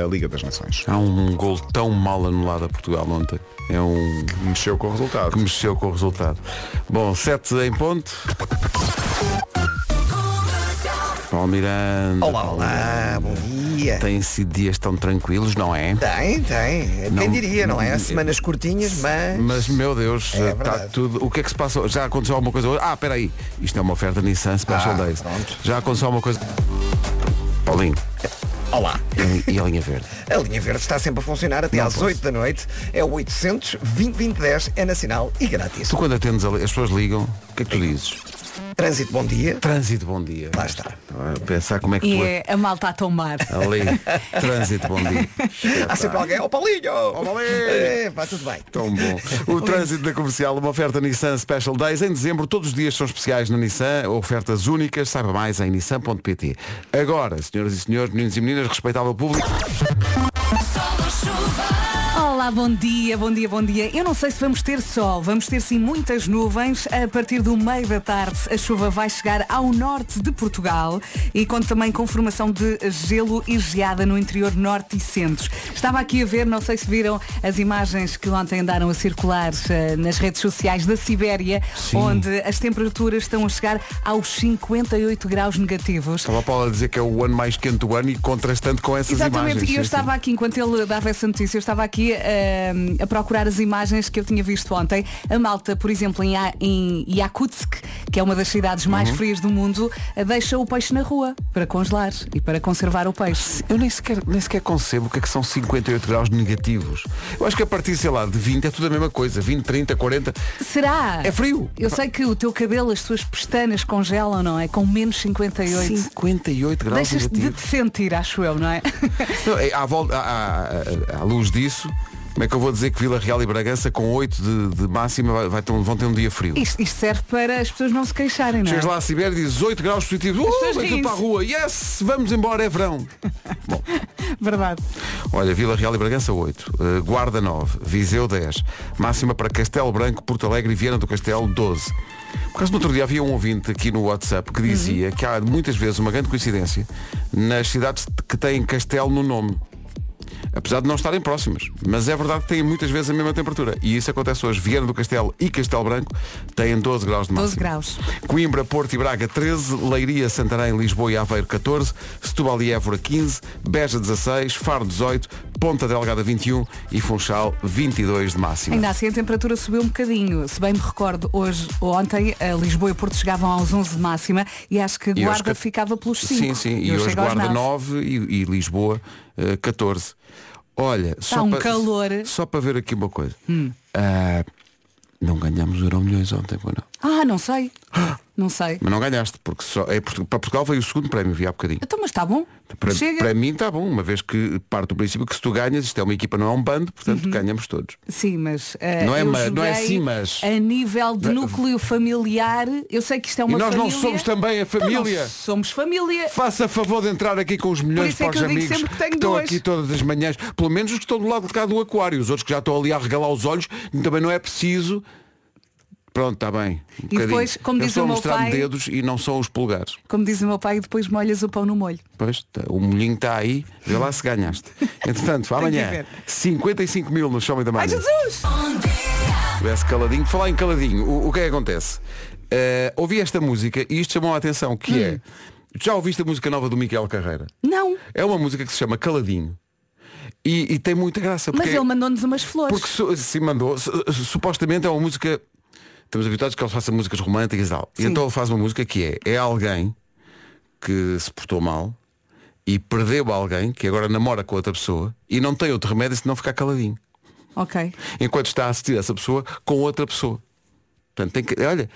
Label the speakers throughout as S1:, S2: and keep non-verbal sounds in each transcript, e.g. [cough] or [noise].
S1: a Liga das Nações.
S2: Há um gol tão mal anulado a Portugal ontem. É um
S1: Que mexeu com o resultado.
S2: que mexeu com o resultado. Bom, 7 em ponto. Paulo Miranda.
S3: Olá,
S2: Paulo
S3: olá,
S2: Miranda.
S3: bom dia.
S2: Têm sido dias tão tranquilos, não é?
S3: Tem, tem.
S2: Não-
S3: Quem diria, não é?
S2: não-
S3: Há semanas curtinhas, mas.
S2: Mas, meu Deus,
S3: É
S2: está
S3: verdade.
S2: tudo. O que é que se passou? Já aconteceu alguma coisa hoje? Ah, espera aí. Isto é uma oferta Nissan Special
S3: Ah,
S2: Days.
S3: pronto.
S2: Já aconteceu alguma coisa? Paulinho,
S3: Olá.
S2: e a linha verde?
S3: A linha verde está sempre a funcionar até
S2: Não
S3: às
S2: posso.
S3: 8 da noite. É o 800 2010 é nacional e grátis.
S2: Tu quando atendes a li- as pessoas ligam, o que é que tu dizes?
S3: Trânsito, bom dia.
S2: Trânsito, bom dia.
S3: Lá está.
S2: Ah, Pensar como é que
S4: E
S2: tu
S4: é a malta a tomar.
S2: Ali, [laughs] trânsito, bom
S3: [laughs]
S2: dia.
S3: Há sempre alguém. Ó Paulinho! Ó
S2: Paulinho!
S3: É, pá, tudo bem.
S2: Tão bom. O trânsito da comercial, uma oferta Nissan Special Days. Em dezembro, todos os dias são especiais na Nissan, ofertas únicas. Saiba mais em nissan.pt. Agora, senhoras e senhores, meninos e meninas, respeitável público.
S4: Olá, bom dia, bom dia, bom dia. Eu não sei se vamos ter sol, vamos ter sim muitas nuvens. A partir do meio da tarde, a chuva vai chegar ao norte de Portugal e conta também com formação de gelo e geada no interior norte e centro. Estava aqui a ver, não sei se viram as imagens que ontem andaram a circular eh, nas redes sociais da Sibéria, onde as temperaturas estão a chegar aos 58 graus negativos.
S2: Estava a Paula a dizer que é o ano mais quente do ano e contrastante com essas
S4: Exatamente,
S2: imagens.
S4: e
S2: Sim,
S4: eu
S2: sim.
S4: estava aqui, enquanto ele dava essa notícia, eu estava aqui ahm, a procurar as imagens que eu tinha visto ontem. A malta, por exemplo, em, Ya- em Yakutsk, que é uma das cidades
S2: Uhum.
S4: mais frias do mundo, eh, deixa o peixe na rua para congelar e para conservar o peixe.
S2: Eu nem sequer, nem sequer concebo o que é que são 58 graus negativos. Eu acho que a partir, sei lá, de 20 é tudo a mesma coisa. 20, 30, 40.
S4: Será?
S2: É frio.
S4: Eu sei que o teu cabelo, as tuas pestanas congelam, não é? Com menos 58.
S2: 58 graus
S4: Deixas de
S2: negativos.
S4: te sentir, acho eu,
S2: [laughs]
S4: não é?
S2: Não, é, à, volta, à, à- à luz disso, como é que eu vou dizer que Vila Real e Bragança com 8 de, de máxima vai, vai ter um- vão ter um dia frio?
S4: Isto, isto serve para as pessoas não se queixarem, não é?
S2: Chegas lá a Sibéria e dizes 8 graus positivos, uh,
S4: pessoas
S2: vai tudo
S4: riem-se.
S2: para a rua, yes, vamos embora, é verão. Bom,
S4: Verdade.
S2: olha, Vila Real e Bragança 8, eh, Guarda 9, Viseu 10, máxima para Castelo Branco, Porto Alegre e Viana do Castelo 12. Por causa do outro dia havia um ouvinte aqui no WhatsApp que dizia que há muitas vezes uma grande coincidência nas cidades que têm castelo no nome. apesar de não estarem próximas. Mas é verdade que têm muitas vezes a mesma temperatura. E isso acontece hoje. Viana do Castelo e Castelo Branco têm 12 graus de máximo.
S4: 12 graus.
S2: Coimbra, Porto e Braga 13, Leiria, Santarém, Lisboa e Aveiro 14, Setúbal e Évora 15, Beja 16, Faro 18, Ponta Delgada 21 e Funchal 22 de máximo.
S4: Ainda assim a temperatura subiu um bocadinho. Se bem me recordo, hoje ou ontem a Lisboa e Porto chegavam aos 11 de máxima e acho que
S2: E hoje
S4: Guarda
S2: ca-
S4: ficava pelos 5.
S2: Sim, sim. E hoje Guarda 9 e, e Lisboa eh, 14. Olha, só
S4: um
S2: para,
S4: calor. Hum.
S2: Só para ver aqui uma coisa. Ah, não ganhámos euro milhões ontem, pois não?
S4: Ah,
S2: [gasps]
S4: não sei. Não sei.
S2: Mas não ganhaste, porque só, é, Portu- para Portugal veio o segundo prémio, vi há bocadinho.
S4: Então, mas está bom.
S2: Para,
S4: Chega.
S2: para mim está bom, uma vez que parte do princípio que se tu ganhas, isto é uma equipa, não é um bando, portanto
S4: Uhum.
S2: ganhamos todos.
S4: Sim, mas eh,
S2: Não é
S4: eu
S2: ma- não é
S4: joguei
S2: sim, mas-
S4: a nível de núcleo familiar, eu sei que isto é uma
S2: e nós não
S4: família.
S2: somos também a
S4: Então,
S2: família.
S4: nós somos família.
S2: Faça favor de entrar aqui com os milhões
S4: isso é
S2: para os
S4: que eu digo
S2: amigos
S4: sempre que tenho
S2: estão
S4: dois.
S2: aqui todas as manhãs, pelo menos os que estão do lado de cá do aquário, os outros que já estão ali a regalar os olhos, também não é preciso. Pronto, está bem. Um
S4: E depois,
S2: bocadinho.
S4: como
S2: Eu
S4: diz
S2: estou
S4: o
S2: a
S4: meu
S2: mostrar-me
S4: pai-
S2: dedos e não são os polegares.
S4: Como diz o meu pai, depois molhas o pão no molho.
S2: Pois, tá, o molhinho está aí, vê lá se
S4: [laughs]
S2: ganhaste. Entretanto, amanhã,
S4: ver.
S2: 55 mil no Show da
S4: Ai,
S2: Manhã.
S4: Jesus!
S2: Tivesse caladinho. Por Falar em caladinho, o, o que é que acontece? Eh, ouvi esta música e isto chamou a atenção, que
S4: Hum.
S2: é. Já ouviste a música nova do Miguel Carreira?
S4: Não,
S2: É uma música que se chama Caladinho. E, e tem muita graça.
S4: mas é
S2: Porque, é
S4: ele mandou-nos umas flores.
S2: porque su- se mandou, su- su- supostamente é uma música. Estamos habituados que ele faça músicas românticas e tal. E
S4: Sim.
S2: então ele faz uma música que é, é alguém que se portou mal e perdeu alguém que agora namora com outra pessoa e não tem outro remédio senão ficar caladinho
S4: Ok.
S2: enquanto está a assistir essa pessoa com outra pessoa. Portanto, tem que, olha,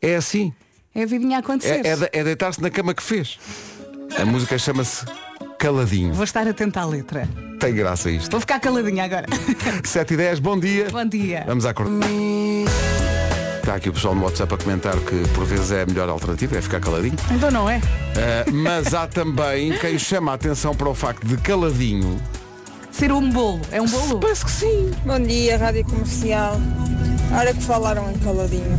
S2: é assim.
S4: É a vidinha a acontecer.
S2: É, é de- é deitar-se na cama que fez. A música chama-se Caladinho.
S4: Vou estar atenta à letra.
S2: Tem graça isto.
S4: Vou ficar caladinha agora. [laughs]
S2: 7 e 10, bom dia.
S4: Bom dia.
S2: Vamos à corda. Está aqui o pessoal no WhatsApp a comentar que por vezes é a melhor alternativa, é ficar caladinho.
S4: Então não é?
S2: Ah, mas há também quem chama a atenção para o facto de caladinho.
S4: Ser um bolo. É um bolo?
S2: Parece que sim.
S5: Bom dia, Rádio Comercial. Hora que falaram em caladinho.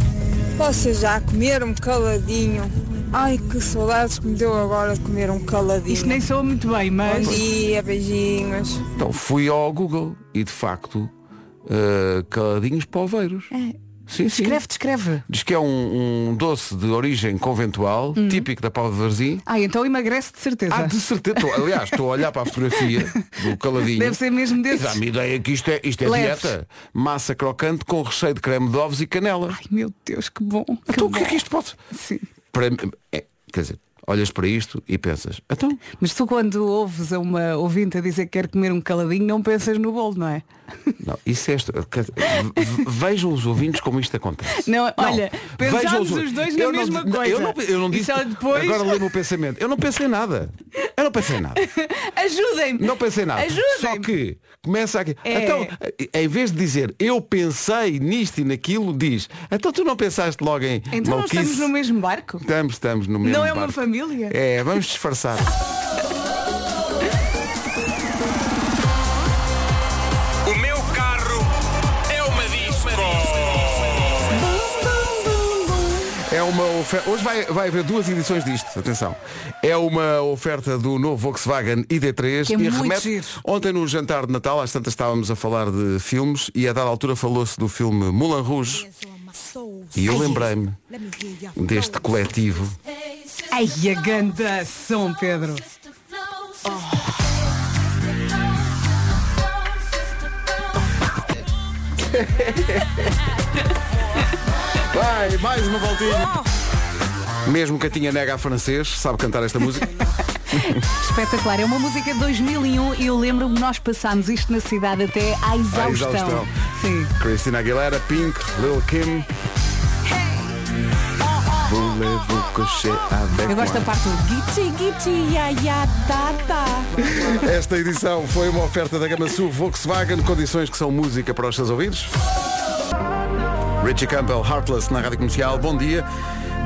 S5: Vocês já comeram caladinho Ai, que saudades que me deu agora de comer um caladinho.
S4: Isto nem soa muito bem,
S5: Bom
S4: mas.
S5: dia, beijinhos.
S2: Então fui ao Google e de facto eh, caladinhos poveiros. Sim, sim.
S4: Descreve, descreve.
S2: Diz que é um, um doce de origem conventual,
S4: Uhum.
S2: típico da Pava de Varzim.
S4: Ah, então emagrece de certeza.
S2: Ah, de certeza. Tô- aliás, estou a olhar para a
S4: [laughs]
S2: fotografia do caladinho.
S4: Deve ser mesmo
S2: E
S4: desses.
S2: dá-me ideia que isto é, isto é
S4: Leves.
S2: dieta. Massa crocante com recheio de creme de ovos e canela.
S4: Ai meu Deus, que bom. Que
S2: então o que
S4: bom.
S2: é que isto pode?
S4: Sim.
S2: Para, mim- é, quer dizer, olhas para isto e pensas, então,
S4: Mas tu quando ouves a uma ouvinte a dizer que quer comer um caladinho, não pensas no bolo, não é?
S2: não, isso é isto. quer dizer, ve- ve- Vejam os ouvintes como isto acontece.
S4: Não, olha,
S2: vejam
S4: pensámos
S2: ouvintes.
S4: os dois na
S2: Eu não
S4: mesma
S2: di- não, Eu
S4: coisa.
S2: não, eu não
S4: E
S2: disse.
S4: só depois-
S2: Agora lê-me o pensamento. Eu não pensei em nada. Eu não pensei em nada.
S4: Ajudem-me!
S2: Não pensei nada.
S4: Ajudem-me!
S2: Só que começa aqui.
S4: É.
S2: Então, em vez de dizer eu pensei nisto e naquilo, diz, então tu não pensaste logo em
S4: Então não
S2: maluquice?
S4: estamos no mesmo barco?
S2: Estamos, estamos no mesmo
S4: Não é uma
S2: barco.
S4: família?
S2: É, vamos disfarçar.
S6: O meu carro é uma disco.
S2: É uma oferta. Hoje vai, vai haver duas edições disto, atenção. É uma oferta do novo Volkswagen ID3
S4: Que é
S2: e
S4: muito
S2: remete.
S4: giro.
S2: Ontem no jantar de Natal, às tantas estávamos a falar de filmes e a dada altura falou-se do filme Moulin Rouge. E eu lembrei-me deste coletivo
S4: Ai, a ganda som, Pedro.
S2: Vai, mais uma voltinha. Oh. Mesmo que a tinha nega a francês, sabe cantar esta música. [laughs]
S4: Espetacular. É uma música de 2001 e eu lembro-me que nós passámos isto na cidade até à
S2: À
S4: exaustão.
S2: exaustão.
S4: Sim.
S2: Cristina Aguilera, Pink, Lil Kim. Voulez-vous coucher avec
S4: Eu gosto da
S2: moi?
S4: parte do guichi, guichi, ya, ya, ta, ta.
S2: Esta edição foi uma oferta da Gama Sul Volkswagen, condições que são música para os seus ouvidos. Richie Campbell, Heartless, na Rádio Comercial. Bom dia.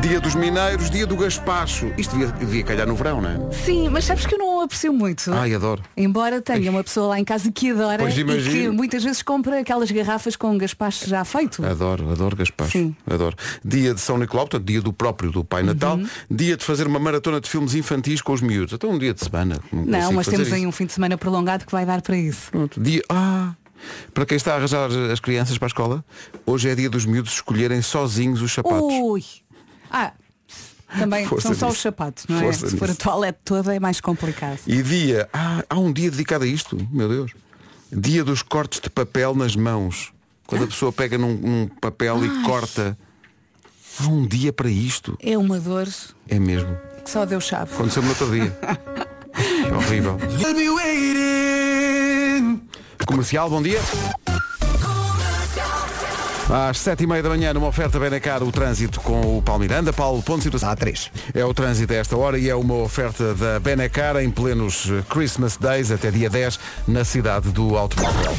S2: Dia dos Mineiros, dia do Gaspacho. Isto devia, devia calhar no verão, não é?
S4: Sim, mas sabes que eu não aprecio muito.
S2: Ai, adoro.
S4: Embora tenha uma pessoa lá em casa que adora
S2: Pois
S4: e que
S2: imagino. É,
S4: muitas vezes compra aquelas garrafas com gaspacho já feito.
S2: Adoro, adoro Gaspar.
S4: Sim.
S2: Adoro. Dia de São Nicolau, portanto, dia do próprio do Pai Natal,
S4: Uhum.
S2: dia de fazer uma maratona de filmes infantis com os miúdos. Até um dia de semana.
S4: Não,
S2: consigo
S4: mas
S2: fazer
S4: temos aí
S2: isso.
S4: um fim de semana prolongado que vai dar para isso.
S2: Pronto, dia. Ah! Para quem está a arranjar as crianças para a escola, hoje é dia dos miúdos escolherem sozinhos os sapatos.
S4: Ui! Ah, também
S2: Força
S4: são só
S2: nisso.
S4: os sapatos, não é?
S2: Força
S4: Se for a
S2: nisso.
S4: toalete toda é mais complicado.
S2: E dia. Ah, há um dia dedicado a isto, meu Deus. Dia dos cortes de papel nas mãos.
S4: Ah.
S2: Quando a pessoa pega num, num papel e corta. Há um dia para isto.
S4: É uma dor que
S2: É mesmo.
S4: só Deus sabe.
S2: Aconteceu-me no outro dia. É horrível. Comercial, bom dia. Às sete e meia da manhã, numa oferta bem na cara, o trânsito com o Palmiranda. Paulo, ponto de situação.
S3: Há três.
S2: É o trânsito a esta hora e é uma oferta da Benacar em plenos eh, Christmas Days até dia 10 na cidade do automóvel.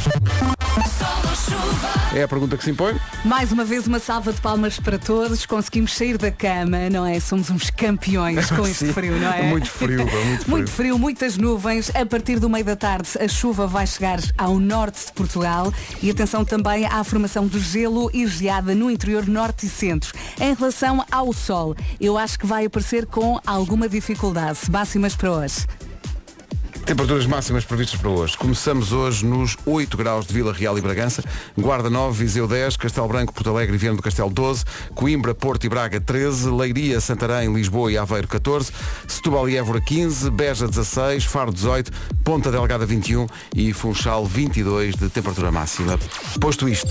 S2: É a pergunta que se impõe.
S4: Mais uma vez uma salva de palmas para todos. Conseguimos sair da cama, não é? Somos uns campeões
S2: [laughs]
S4: com este
S2: Sim.
S4: frio, não é?
S2: Muito
S4: [laughs]
S2: frio, pá, muito frio.
S4: Muito frio, muitas nuvens. A partir do meio da tarde a chuva vai chegar ao norte de Portugal e atenção também à formação de gelo e geada no interior norte e centro. Em relação ao sol, eu acho que vai aparecer com alguma dificuldade. Máximas para hoje.
S2: Temperaturas máximas previstas para hoje. Começamos hoje nos 8 graus de Vila Real e Bragança, Guarda 9, Viseu 10, Castelo Branco, Porto Alegre e Viana do Castelo 12, Coimbra, Porto e Braga 13, Leiria, Santarém, Lisboa e Aveiro 14, Setúbal e Évora 15, Beja 16, Faro 18, Ponta Delgada 21 e Funchal 22 de temperatura máxima. Posto isto,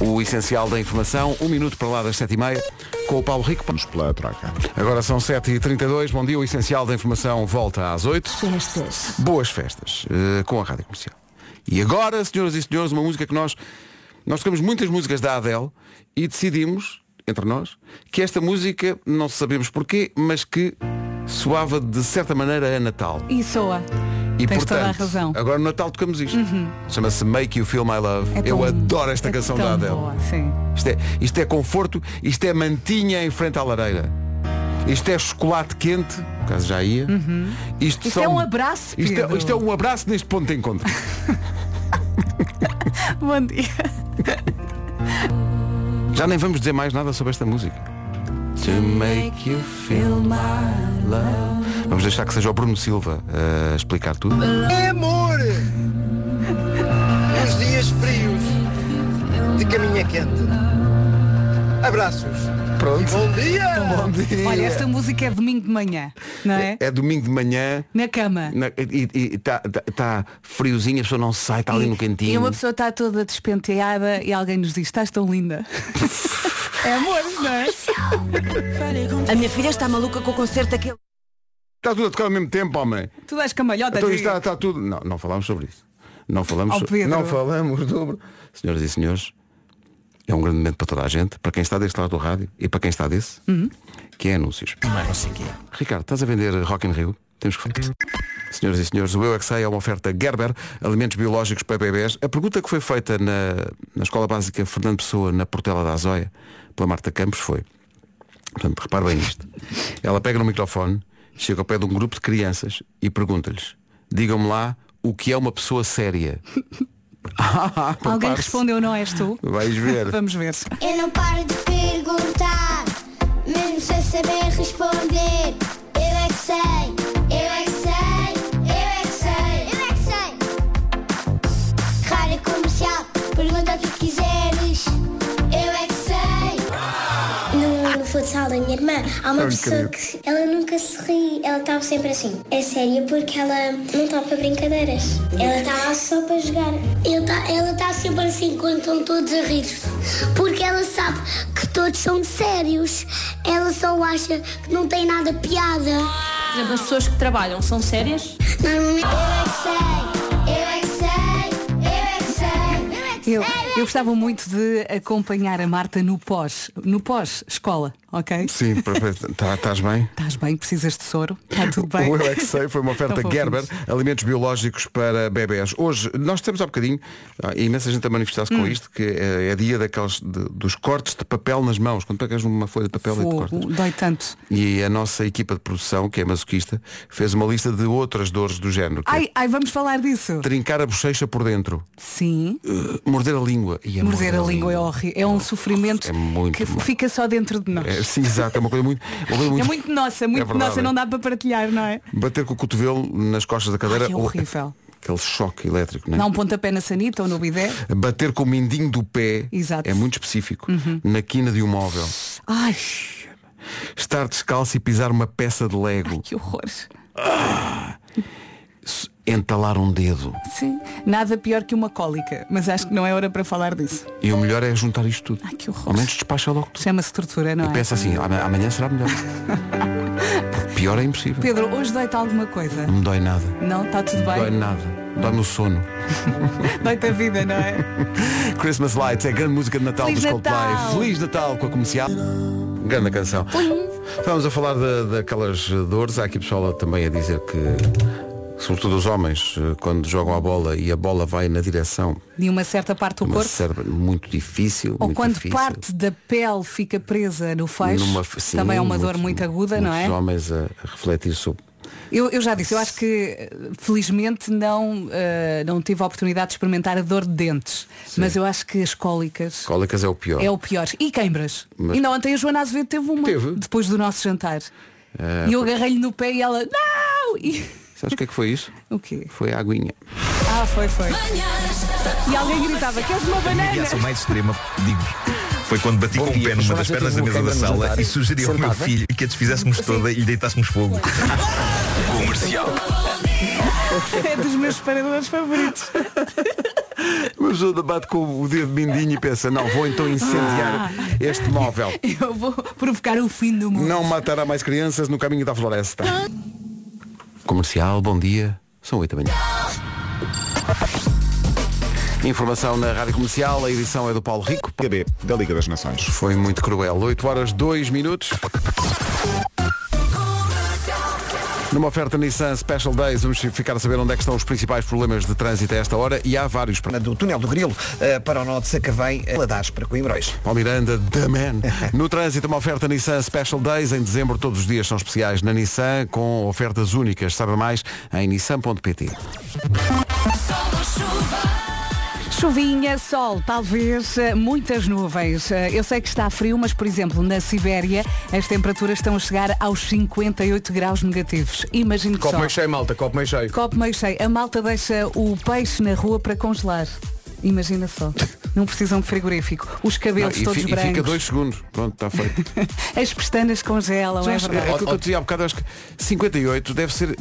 S2: o essencial da informação, um minuto para lá das 7h30, com o Paulo Rico.
S1: Vamos pela traca.
S2: Agora são 7h32, bom dia, o essencial da informação volta às 8
S4: Festas.
S2: boas festas eh, com a Rádio Comercial. E agora, senhoras e senhores, uma música que nós nós tocamos muitas músicas da Adele e decidimos, entre nós, que esta música, não sabemos porquê, mas que soava de certa maneira a Natal.
S4: E soa.
S2: E
S4: Tens
S2: portanto,
S4: toda a razão. Uhum.
S2: agora no Natal tocamos isto. Chama-se Make You Feel My Love.
S4: É
S2: Eu
S4: tão-
S2: adoro esta
S4: é
S2: canção
S4: tão
S2: da Adele.
S4: boa, sim.
S2: Isto é, isto é conforto, isto é mantinha em frente à lareira. Isto é chocolate quente, no caso já ia. Uhum. Isto,
S4: Isto é um abraço,
S2: Isto é,
S4: Pedro.
S2: isto é um abraço neste ponto de encontro. um
S4: Bom dia.
S2: já nem vamos dizer mais nada sobre esta música. To make you feel my love. Vamos deixar que seja o Bruno Silva a explicar tudo.
S7: É amor! Nos dias frios, de caminha quente. Abraços.
S2: Pronto.
S7: E bom dia!
S2: Bom dia.
S4: Olha, esta música é domingo de manhã, não é?
S2: É domingo de manhã.
S4: Na cama.
S2: na- e está friozinho, a pessoa não sai, está ali no cantinho.
S4: E uma pessoa está toda despenteada e alguém nos diz, estás tão
S2: [laughs]
S4: linda. é amor, não é?
S8: A minha filha está maluca com o concerto daquele.
S2: Está Tá tudo a tocar ao mesmo tempo, homem.
S4: Tu és camalhota,
S2: Então
S4: diga.
S2: está, está tudo. Não, não falámos sobre isso. Não falámos
S4: Oh,
S2: so-
S4: Pedro.
S2: Não falamos sobre. Senhoras e senhores, é um grande momento para toda a gente, para quem está deste lado do rádio e para quem está desse, que é anúncios. Ricardo, estás a vender Rock in Rio? Temos que falar. Senhoras e senhores, o Eu é Que Sei é uma oferta Gerber, alimentos biológicos para bebés. A pergunta que foi feita na, na Escola Básica Fernando Pessoa, na Portela da Azóia, pela Marta Campos, foi Portanto, repare bem isto. Ela pega no microfone, chega ao pé de um grupo de crianças e pergunta-lhes, digam-me lá o que é uma pessoa séria.
S4: Alguém
S2: Prepare-se.
S4: respondeu, não és tu?
S2: Vais ver.
S4: Vamos ver.
S9: Eu não paro de perguntar, mesmo sem saber responder. Eu é que sei, eu é que sei, eu é que sei, eu é que sei. Rádio comercial, pergunta o que quiseres. Eu é que sei. No, no futsal da minha irmã, há uma pessoa que ela nunca se ri, ela estava sempre assim. É séria porque ela não topa brincadeiras. Ela está lá só para jogar. tá, Ela está sempre assim quando estão todos a rir. Porque ela sabe que todos são sérios. Ela só acha que não tem nada piada.
S8: Por exemplo, as pessoas que trabalham são sérias?
S9: Normalmente. é Eu é que sei, eu é que sei, eu é que sei.
S4: Eu, eu gostava muito de acompanhar a Marta no pós, no pós-escola, ok?
S2: Sim, perfeito. Tá- estás bem?
S4: Estás bem? Precisas de soro? Está tudo bem?
S2: O Eu é que sei foi uma oferta
S4: Tão
S2: Gerber,
S4: fofinhos.
S2: alimentos biológicos para bebés. Hoje, nós temos há bocadinho, há imensa gente a manifestar-se
S4: Hum.
S2: com isto, que é, é dia daqueles, de- dos cortes de papel nas mãos. Quando pegas uma folha de papel e então te cortas.
S4: Fogo, dói tanto.
S2: E a nossa equipa de produção, que é masoquista, fez uma lista de outras dores do género. que é
S4: Ai, ai, vamos falar disso.
S2: Trincar a bochecha por dentro.
S4: Sim.
S2: Uh, morder a língua. Ia
S4: Morder a língua é horrível. É um sofrimento
S2: É muito
S4: que
S2: mal.
S4: fica só dentro de nós.
S2: É, sim, exato. É uma coisa
S4: [laughs]
S2: muito. uma coisa
S4: É muito nossa, muito
S2: verdade. é.
S4: nossa, não dá para partilhar, não é?
S2: Bater com o cotovelo nas costas da cadeira.
S4: Ai, é
S2: ou-
S4: horrível.
S2: Aquele choque elétrico, não é?
S4: Dá um pontapé na sanita ou no bidé.
S2: Bater com o mindinho do pé
S4: Exato. Uhum.
S2: é muito específico. Na quina de um móvel.
S4: Ai,
S2: Estar descalço e pisar uma peça de lego.
S4: que horror.
S2: Entalar um dedo.
S4: Sim. Nada pior que uma cólica, mas acho que não é hora para falar disso.
S2: E o melhor é juntar isto tudo.
S4: Ai, que horror.
S2: Ao menos despacha logo tudo.
S4: Chama-se tortura, não é?
S2: Pensa assim, "Ama- amanhã será
S4: [laughs]
S2: melhor. Porque pior é impossível.
S4: Pedro, hoje dói-te alguma coisa?
S2: Não me dói nada.
S4: Não? Está tudo
S2: Dói
S4: bem?
S2: nada. Dói no sono.
S4: Dói-te a vida, não é?
S2: [laughs] Christmas Lights é a grande música de Natal
S4: Feliz
S2: dos Coldplay.
S4: Natal!
S2: Feliz Natal com a comercial. Grande canção. Estávamos a falar da- daquelas eh, dores. Há aqui pessoal também a dizer que, sobretudo os homens, eh, quando jogam a bola e a bola vai na direção
S4: De uma certa parte do
S2: de uma
S4: corpo.
S2: cérebro muito difícil.
S4: Ou
S2: muito
S4: quando
S2: difícil.
S4: parte da pele fica presa no feixe,
S2: Numa- sim,
S4: também é uma dor
S2: muitos-
S4: muito aguda, não é?
S2: Muitos homens a, a refletir sobre.
S4: Eu, eu já disse, eu acho que eh, felizmente não, eh, não tive a oportunidade de experimentar a dor de dentes, mas eu acho que as cólicas
S2: Cólicas é o pior.
S4: é o pior. E queimbras.
S2: Mas-
S4: Ainda ontem a Joana Azevedo teve uma,
S2: Teve. É,
S4: depois do nosso jantar. e eu agarrei-lhe no pé e ela, não! E... [laughs]
S2: Sabes o que é que foi isso?
S4: O quê?
S2: Foi a aguinha.
S4: Ah, foi, foi. E alguém gritava, queres uma banana?
S10: reação mais extrema, digo foi quando bati
S3: Bom
S10: com o
S3: dia,
S10: pé numa
S3: Joana,
S10: das
S3: eu
S10: pernas da
S3: tive
S10: mesa
S3: uma quebra
S10: da
S3: no
S10: sala
S3: jantar.
S10: e sugeri ao meu
S3: Sentada.
S10: filho que a desfizéssemos toda e deitássemos fogo. Comercial.
S4: [laughs] É dos meus separadores favoritos.
S2: Uma pessoa debate com o dedo mindinho e pensa, não, vou então incendiar
S4: Ah.
S2: este móvel.
S4: Eu vou provocar o fim do mundo.
S2: Não matará mais crianças no caminho da floresta. Comercial, bom dia. São 8 da manhã. Informação na Rádio Comercial, a edição é do Paulo Rico.
S1: KB da Liga das Nações.
S2: Foi muito cruel. 8 horas 2 minutos. Numa oferta Nissan Special Days, vamos ficar a saber onde é que estão os principais problemas de trânsito a esta hora e há vários.
S3: Do túnel do Grilo eh, para o norte de Sacavém, eh, Ladares para Coimbróis.
S2: Paulo Miranda, the man. [laughs] No trânsito, uma oferta Nissan Special Days. Em dezembro, todos os dias são especiais na Nissan, com ofertas únicas. Saiba mais em nissan.pt.
S4: Chuvinha, sol, talvez, eh, muitas nuvens. Eh, Eu sei que está frio, mas, por exemplo, na Sibéria, as temperaturas estão a chegar aos 58 graus negativos. Imagino que
S11: Copo
S4: só.
S11: meio cheio, malta, copo meio cheio.
S4: Copo meio cheio. A malta deixa o peixe na rua para congelar.
S2: [laughs]
S4: Imagina só. Não precisam de frigorífico. Os cabelos
S2: Não, Ah, e,
S4: todos
S2: fi- e
S4: brancos.
S2: fica dois segundos. Pronto, está feito.
S4: [laughs] As pestanas congelam, é
S2: Mas
S4: verdade.
S2: aquilo que eu dizia há bocado, acho que 58 deve ser.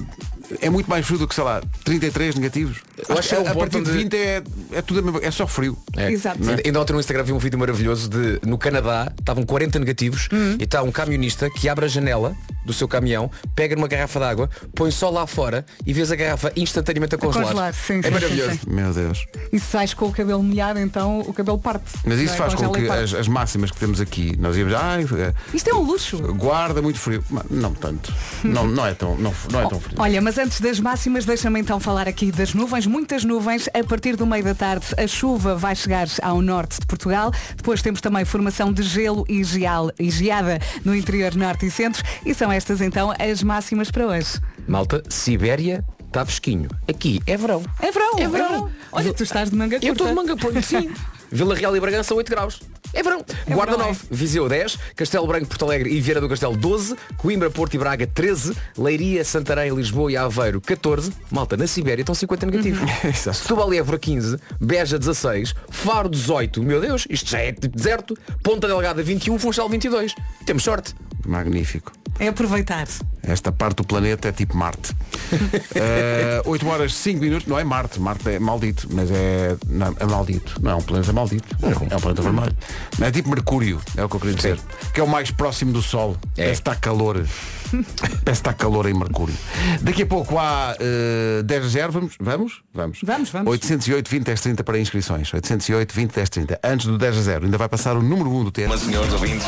S2: É muito mais frio do que, sei lá, 33 negativos.
S11: Eu acho que chega um
S2: a, a
S11: ponto
S2: partir de
S11: onde-
S2: 20 é, é tudo a mesma- é só frio.
S11: É.
S4: Exato.
S11: Ainda- Ainda ontem no Instagram vi um vídeo maravilhoso de no Canadá, estavam 40 negativos e está um camionista que abre a janela do seu caminhão, pega numa garrafa de água, põe só lá fora e vês a garrafa instantaneamente a congelar.
S4: congelar, sim,
S11: é
S4: sim,
S11: maravilhoso.
S4: sim,
S2: Meu Deus.
S4: E se sais com o cabelo molhado, então o cabelo parte.
S2: Mas isso
S4: Não é?
S2: faz com
S4: Congela e
S2: que
S4: parte.
S2: as, as máximas que temos aqui, nós íamos, ai, eh,
S4: Isto é um luxo.
S2: guarda muito frio. Mas Não tanto. Não, não, é, tão, não, não é tão frio.
S4: Olha, mas antes das máximas, deixa-me então falar aqui das nuvens, muitas nuvens. A partir do meio da tarde, a chuva vai chegar ao norte de Portugal. Depois temos também formação de gelo e, geal, e geada no interior norte e centro. E são estas então as máximas para hoje.
S11: Malta, Sibéria está fresquinho. Aqui é verão.
S4: É verão,
S11: É
S4: é
S11: verão.
S4: verão. Olha, tu estás de manga curta.
S11: Eu estou de manga curta, sim. [laughs] Vila Real e Bragança 8 graus. É verão. Guarda 9, Viseu 10, Castelo Branco, Porto Alegre e Vieira do Castelo 12, Coimbra, Porto e Braga 13, Leiria, Santarém, Lisboa e Aveiro 14, Malta na Sibéria estão 50 negativos. [laughs] Setúbal e Évora 15, Beja 16, Faro 18, meu Deus, isto já é tipo deserto, Ponta Delgada 21, Funchal 22. Temos sorte.
S2: Magnífico.
S4: [laughs] É aproveitar.
S2: Esta parte do planeta é tipo [laughs] Marte. Eh, 8 horas 5 minutos, não é Marte, Marte é maldito, mas é, não, é maldito. Não é um planeta maldito, é um planeta vermelho. Não é tipo Mercúrio, é o que eu queria dizer. Que é o mais próximo do Sol. Parece que está calor. Parece que está calor em Mercúrio. Daqui a pouco há eh, 10 a 0, vamos? Vamos? Vamos. Vamos, vamos. 808 20 10 30 para inscrições. 808 20 10 30. Antes do 10 a 0, ainda vai passar o número 1 do TSF.
S6: Mas, senhores ouvintes,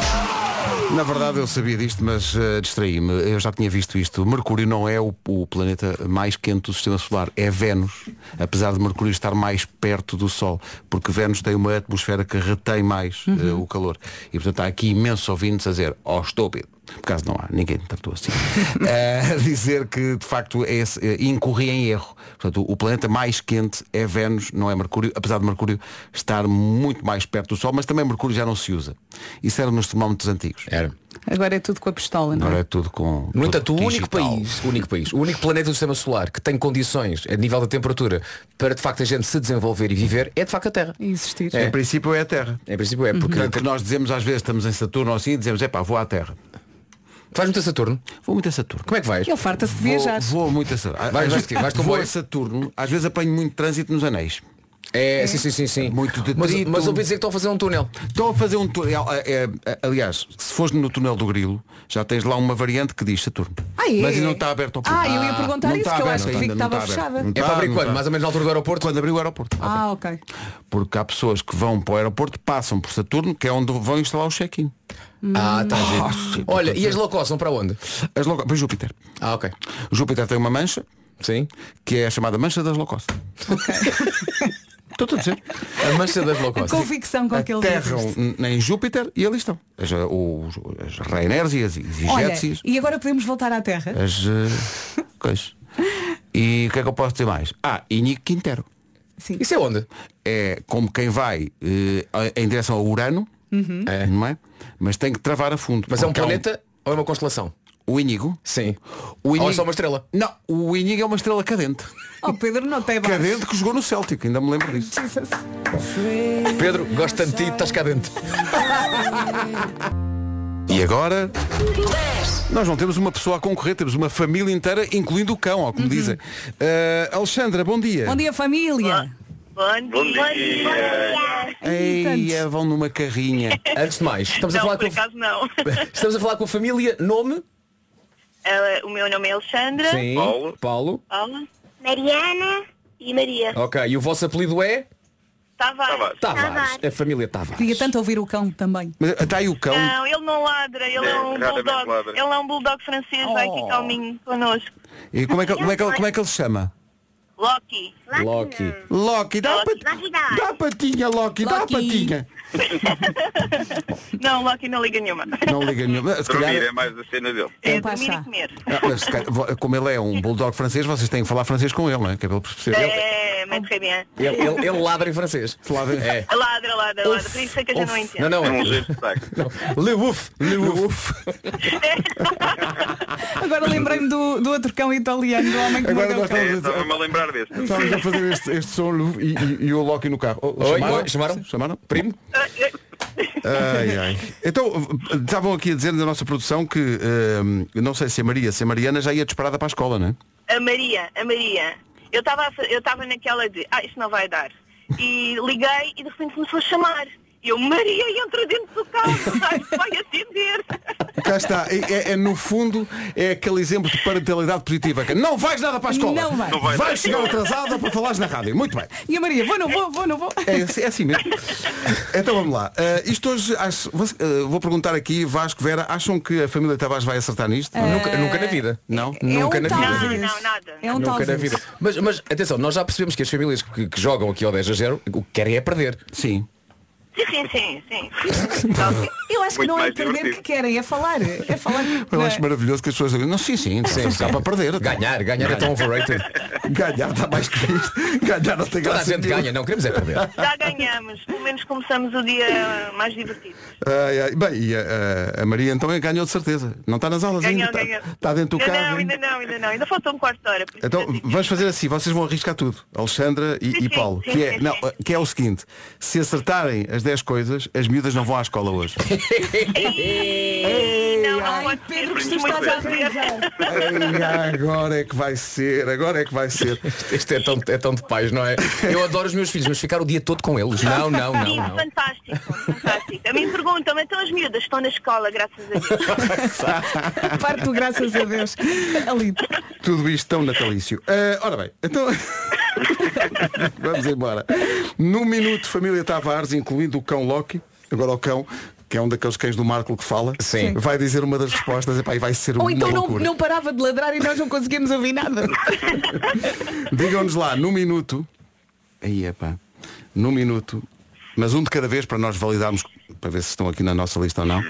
S2: Na verdade eu sabia disto, mas eh, distraí-me. Eu já tinha visto isto. Mercúrio não é o, o planeta mais quente do sistema solar, é Vênus, apesar de Mercúrio estar mais perto do Sol, porque Vênus tem uma atmosfera que retém mais eh,
S12: Uhum.
S2: o calor. E portanto há aqui imensos ouvintes a dizer, ó estúpido, por acaso não há, ninguém me tratou assim. a [laughs] dizer que de facto é esse, eh, incorri em erro. Portanto, o planeta mais quente é Vênus, não é Mercúrio, apesar de Mercúrio estar muito mais perto do Sol, mas também Mercúrio já não se usa. Isso era nos termómetros antigos. Era.
S4: Agora é tudo com a pistola, não é?
S2: Agora é tudo com.
S11: No entanto, o
S2: tudo
S11: único
S2: digital.
S11: país, o único país, o único planeta do sistema solar que tem condições a nível da temperatura para de facto a gente se desenvolver e viver é de facto a Terra.
S4: E existir.
S2: Em princípio é a Terra.
S11: Em princípio é, porque
S2: Tanto que nós dizemos às vezes estamos em Saturno ou assim e dizemos, é pá, vou à Terra.
S11: Faz muito a Saturno?
S2: Vou muito a Saturno.
S11: Como é que vais?
S4: Ele farta-se de viajar.
S2: Vou, vou muito a Ah, Saturno.
S11: Vais-
S2: Às
S11: vais
S2: vezes-
S11: de quê? Vais de
S2: vou
S11: comboio?
S2: a Saturno, às vezes apanho muito trânsito nos anéis.
S11: É, sim, sim, sim, sim.
S2: Muito de
S11: Mas, mas ouvi dizer que estão a fazer um túnel.
S2: Estão a fazer um túnel. é, é, é, aliás, se fores no túnel do Grilo, já tens lá uma variante que diz Saturno.
S4: Ah, é?
S2: Mas ainda não está aberto ao
S4: Ah,
S2: público.
S4: eu ia perguntar
S2: Não
S4: isso,
S2: está
S4: que eu
S2: aberto
S4: acho que
S2: ainda,
S4: vi que
S2: não
S4: estava
S2: está aberto.
S4: fechada.
S2: Não
S11: É para abrir
S2: Ah, não
S11: quando? Mais ou menos na altura do aeroporto?
S2: Quando abrir o aeroporto.
S4: Ah, ok.
S2: Porque há pessoas que vão para o aeroporto, passam por Saturno, que é onde vão instalar o check-in.
S11: Ah, tá giro. Olha, e as low cost vão para onde?
S2: As low cost- para Júpiter.
S11: Ah, ok.
S2: Júpiter tem uma mancha,
S11: sim,
S2: que é a chamada mancha das low cost. Estou a dizer.
S11: A mancha das low
S4: A
S2: cost.
S4: convicção com que ele diz isto.
S2: Aterram n- em Júpiter e ali estão. As, uh, os, as Rainers e as, e as
S4: Olha,
S2: Jetsis,
S4: e agora podemos voltar à Terra?
S2: as
S4: [laughs]
S2: uh, coisas. E o que é que eu posso dizer mais? Ah, e Nico Quintero.
S4: Sim.
S11: Isso é onde?
S2: É como quem vai eh, em direção ao Urano,
S4: Uhum.
S2: não é? Mas tem que travar a fundo.
S11: Mas é um
S2: porque há
S11: planeta ou é uma constelação?
S2: O Íñigo?
S11: Sim.
S2: O Íñigo-
S11: Ou é só uma estrela?
S2: Não, o Íñigo é uma estrela
S11: [laughs]
S2: cadente.
S4: Oh, Pedro, não tem baixo.
S2: Cadente que jogou no Celtic, ainda me lembro disso.
S4: Jesus.
S11: Pedro, gosto tanto de ti, estás cá dentro.
S2: E agora? Nós não temos uma pessoa a concorrer, temos uma família inteira, incluindo o cão, ó, como dizem. Eh, Alexandra, bom dia.
S4: Uhum. Bom dia, família.
S2: Ah.
S13: Bom, dia.
S2: Eia, é, vão numa carrinha.
S11: Antes de mais, estamos a
S13: não,
S11: falar
S13: por
S11: com
S13: acaso não.
S11: [laughs] estamos a falar com a família, nome?
S13: Eh, o meu nome é Alexandra.
S11: Paulo.
S13: Paula. Mariana. E Maria.
S11: Ok, e o vosso apelido é?
S13: Tavares.
S11: Tavares. A família Tavares.
S4: Queria tanto ouvir o cão também.
S2: Mas está aí o cão.
S13: Não, ele não ladra, ele é, um
S2: raramente
S13: bulldog.
S2: ladra.
S13: Ele é um bulldog francês, vai aqui calminho connosco.
S2: E como é que, como é que, ele- como é que ele se chama?
S13: Loki.
S11: Loki.
S2: Loki, dá,
S13: Loki.
S2: pa- dá a patinha, Loki, dá a
S13: Loki.
S2: patinha.
S13: Não, Loki não liga nenhuma.
S2: Não liga nenhuma. Se calhar,
S14: Dormir é mais a cena dele.
S13: É dormir e comer.
S2: Ah, mas se calhar- vo- como ele é um bulldog francês, vocês têm que falar francês com ele, não é? Que é para ele perceber.
S13: É, mais très bien.
S11: Ele, ele- ele ladra em francês. Ladra. É.
S13: Ladra, ladra, ladra. Por isso é que eu já não entendo.
S11: Não, não, é. Não. Le ouf, le ouf.
S4: Agora lembrei-me do, do outro cão italiano, do homem que
S1: Agora
S4: mordeu o
S1: nós
S4: cão.
S1: estávamos a-
S6: Estava-me a lembrar deste.
S1: estávamos a fazer este, este som Lu, e, e- e o Loki no carro. Oh,
S2: Oi, oi, chamaram?
S1: Chamaram?
S2: Primo?
S13: Ah,
S2: Ai, ai. Então, estavam aqui a dizer da nossa produção que, hum, eu não sei se a Maria, se a Mariana já ia disparada para a escola, não é?
S13: A Maria, a Maria. Eu estava a fa- eu estava naquela de, ah, isto não vai dar. E liguei e de repente começou a chamar. E eu, Maria, entra dentro do carro, vai, vai atender.
S2: [laughs] Cá está. É, é- é, no fundo, é aquele exemplo de parentalidade positiva. Que não vais nada para a escola.
S4: Não vais. Não
S2: vais.
S4: vais.
S2: chegar atrasada para falares na rádio. Muito bem.
S4: E a Maria, vou, não vou, vou, não vou.
S2: É, assim- é assim
S11: [laughs]
S2: mesmo. Então vamos lá.
S11: Eh,
S2: Ah, isto hoje, acho- você- ah, vou perguntar aqui, Vasco, Vera, acham que a família Tavares vai acertar nisto?
S4: Eh,
S11: Ah, Nunca- nunca na vida.
S2: Não?
S11: Nunca na vida.
S13: Não, nada.
S4: um É um
S11: Nunca na
S4: talvez.
S11: vida. Mas, mas, atenção, nós já percebemos que as famílias que, que jogam aqui ao 10 a 0 o que querem é perder.
S2: Sim.
S13: Sim, sim, sim, sim.
S4: Eu acho que
S2: Muito
S4: não é
S2: mais
S4: perder
S2: divertido.
S4: que querem, é falar. É
S2: [laughs]
S4: falar.
S2: Eu
S4: não é?
S2: acho maravilhoso que as pessoas digam, não, sim, sim,
S11: Sim,
S2: sim, sim.
S11: sim.
S2: para perder. então."
S11: Ganhar, ganhar é tão [laughs] overrated.
S2: Ganhar está mais que isto. [laughs] Ganhar não tem
S11: Toda a
S2: graça
S11: gente
S2: nenhuma.
S11: ganha, não queremos é perder.
S13: Já ganhamos. Pelo menos começamos o dia mais divertido.
S2: Ai, ai. Bem, e a, a- a Maria então ganhou de certeza. Não está nas aulas
S13: Ganhou,
S2: ainda. está-
S13: ganhou.
S2: Está, tá- dentro do
S13: ainda
S2: carro.
S13: Não, ainda não, ainda não. Ainda faltou um quarto de hora. por isso
S2: Então vamos fazer assim, vocês vão arriscar tudo, Alexandra e,
S13: Sim,
S2: e
S13: sim,
S2: Paulo,
S13: sim,
S2: que é,
S13: sim,
S2: não, que é o seguinte, se acertarem as 10 coisas, as miúdas não vão à escola
S11: [laughs]
S2: hoje.
S13: Ei, não, não pode ser.
S4: Pedro, que tu
S13: Muito
S4: estás a
S13: prazer.
S2: Ei, agora é que vai ser, agora é que vai ser.
S11: Isto é tão, é tão de paz, não é? Eu adoro os meus filhos, mas ficar o dia todo com eles. Não, não, não,
S13: Sim,
S11: não.
S13: Fantástico, fantástico. A mim perguntam-me, então as miúdas estão na escola, graças a Deus.
S4: Parte do graças a Deus. Ali.
S2: Tudo isto tão natalício. Ah, ora bem, então. [laughs] Vamos embora. No minuto, família Tavares, incluindo o cão Loki, agora o cão, que é um daqueles cães do Marco que fala,
S4: Sim.
S2: vai dizer uma das respostas epá, e vai ser
S4: Ou
S2: uma
S4: então não,
S2: loucura.
S4: não parava de ladrar e nós não conseguimos ouvir nada.
S2: Digam-nos lá, no minuto. Aí é pá. No minuto. Mas um de cada vez para nós validarmos, para ver se estão aqui na nossa lista ou não.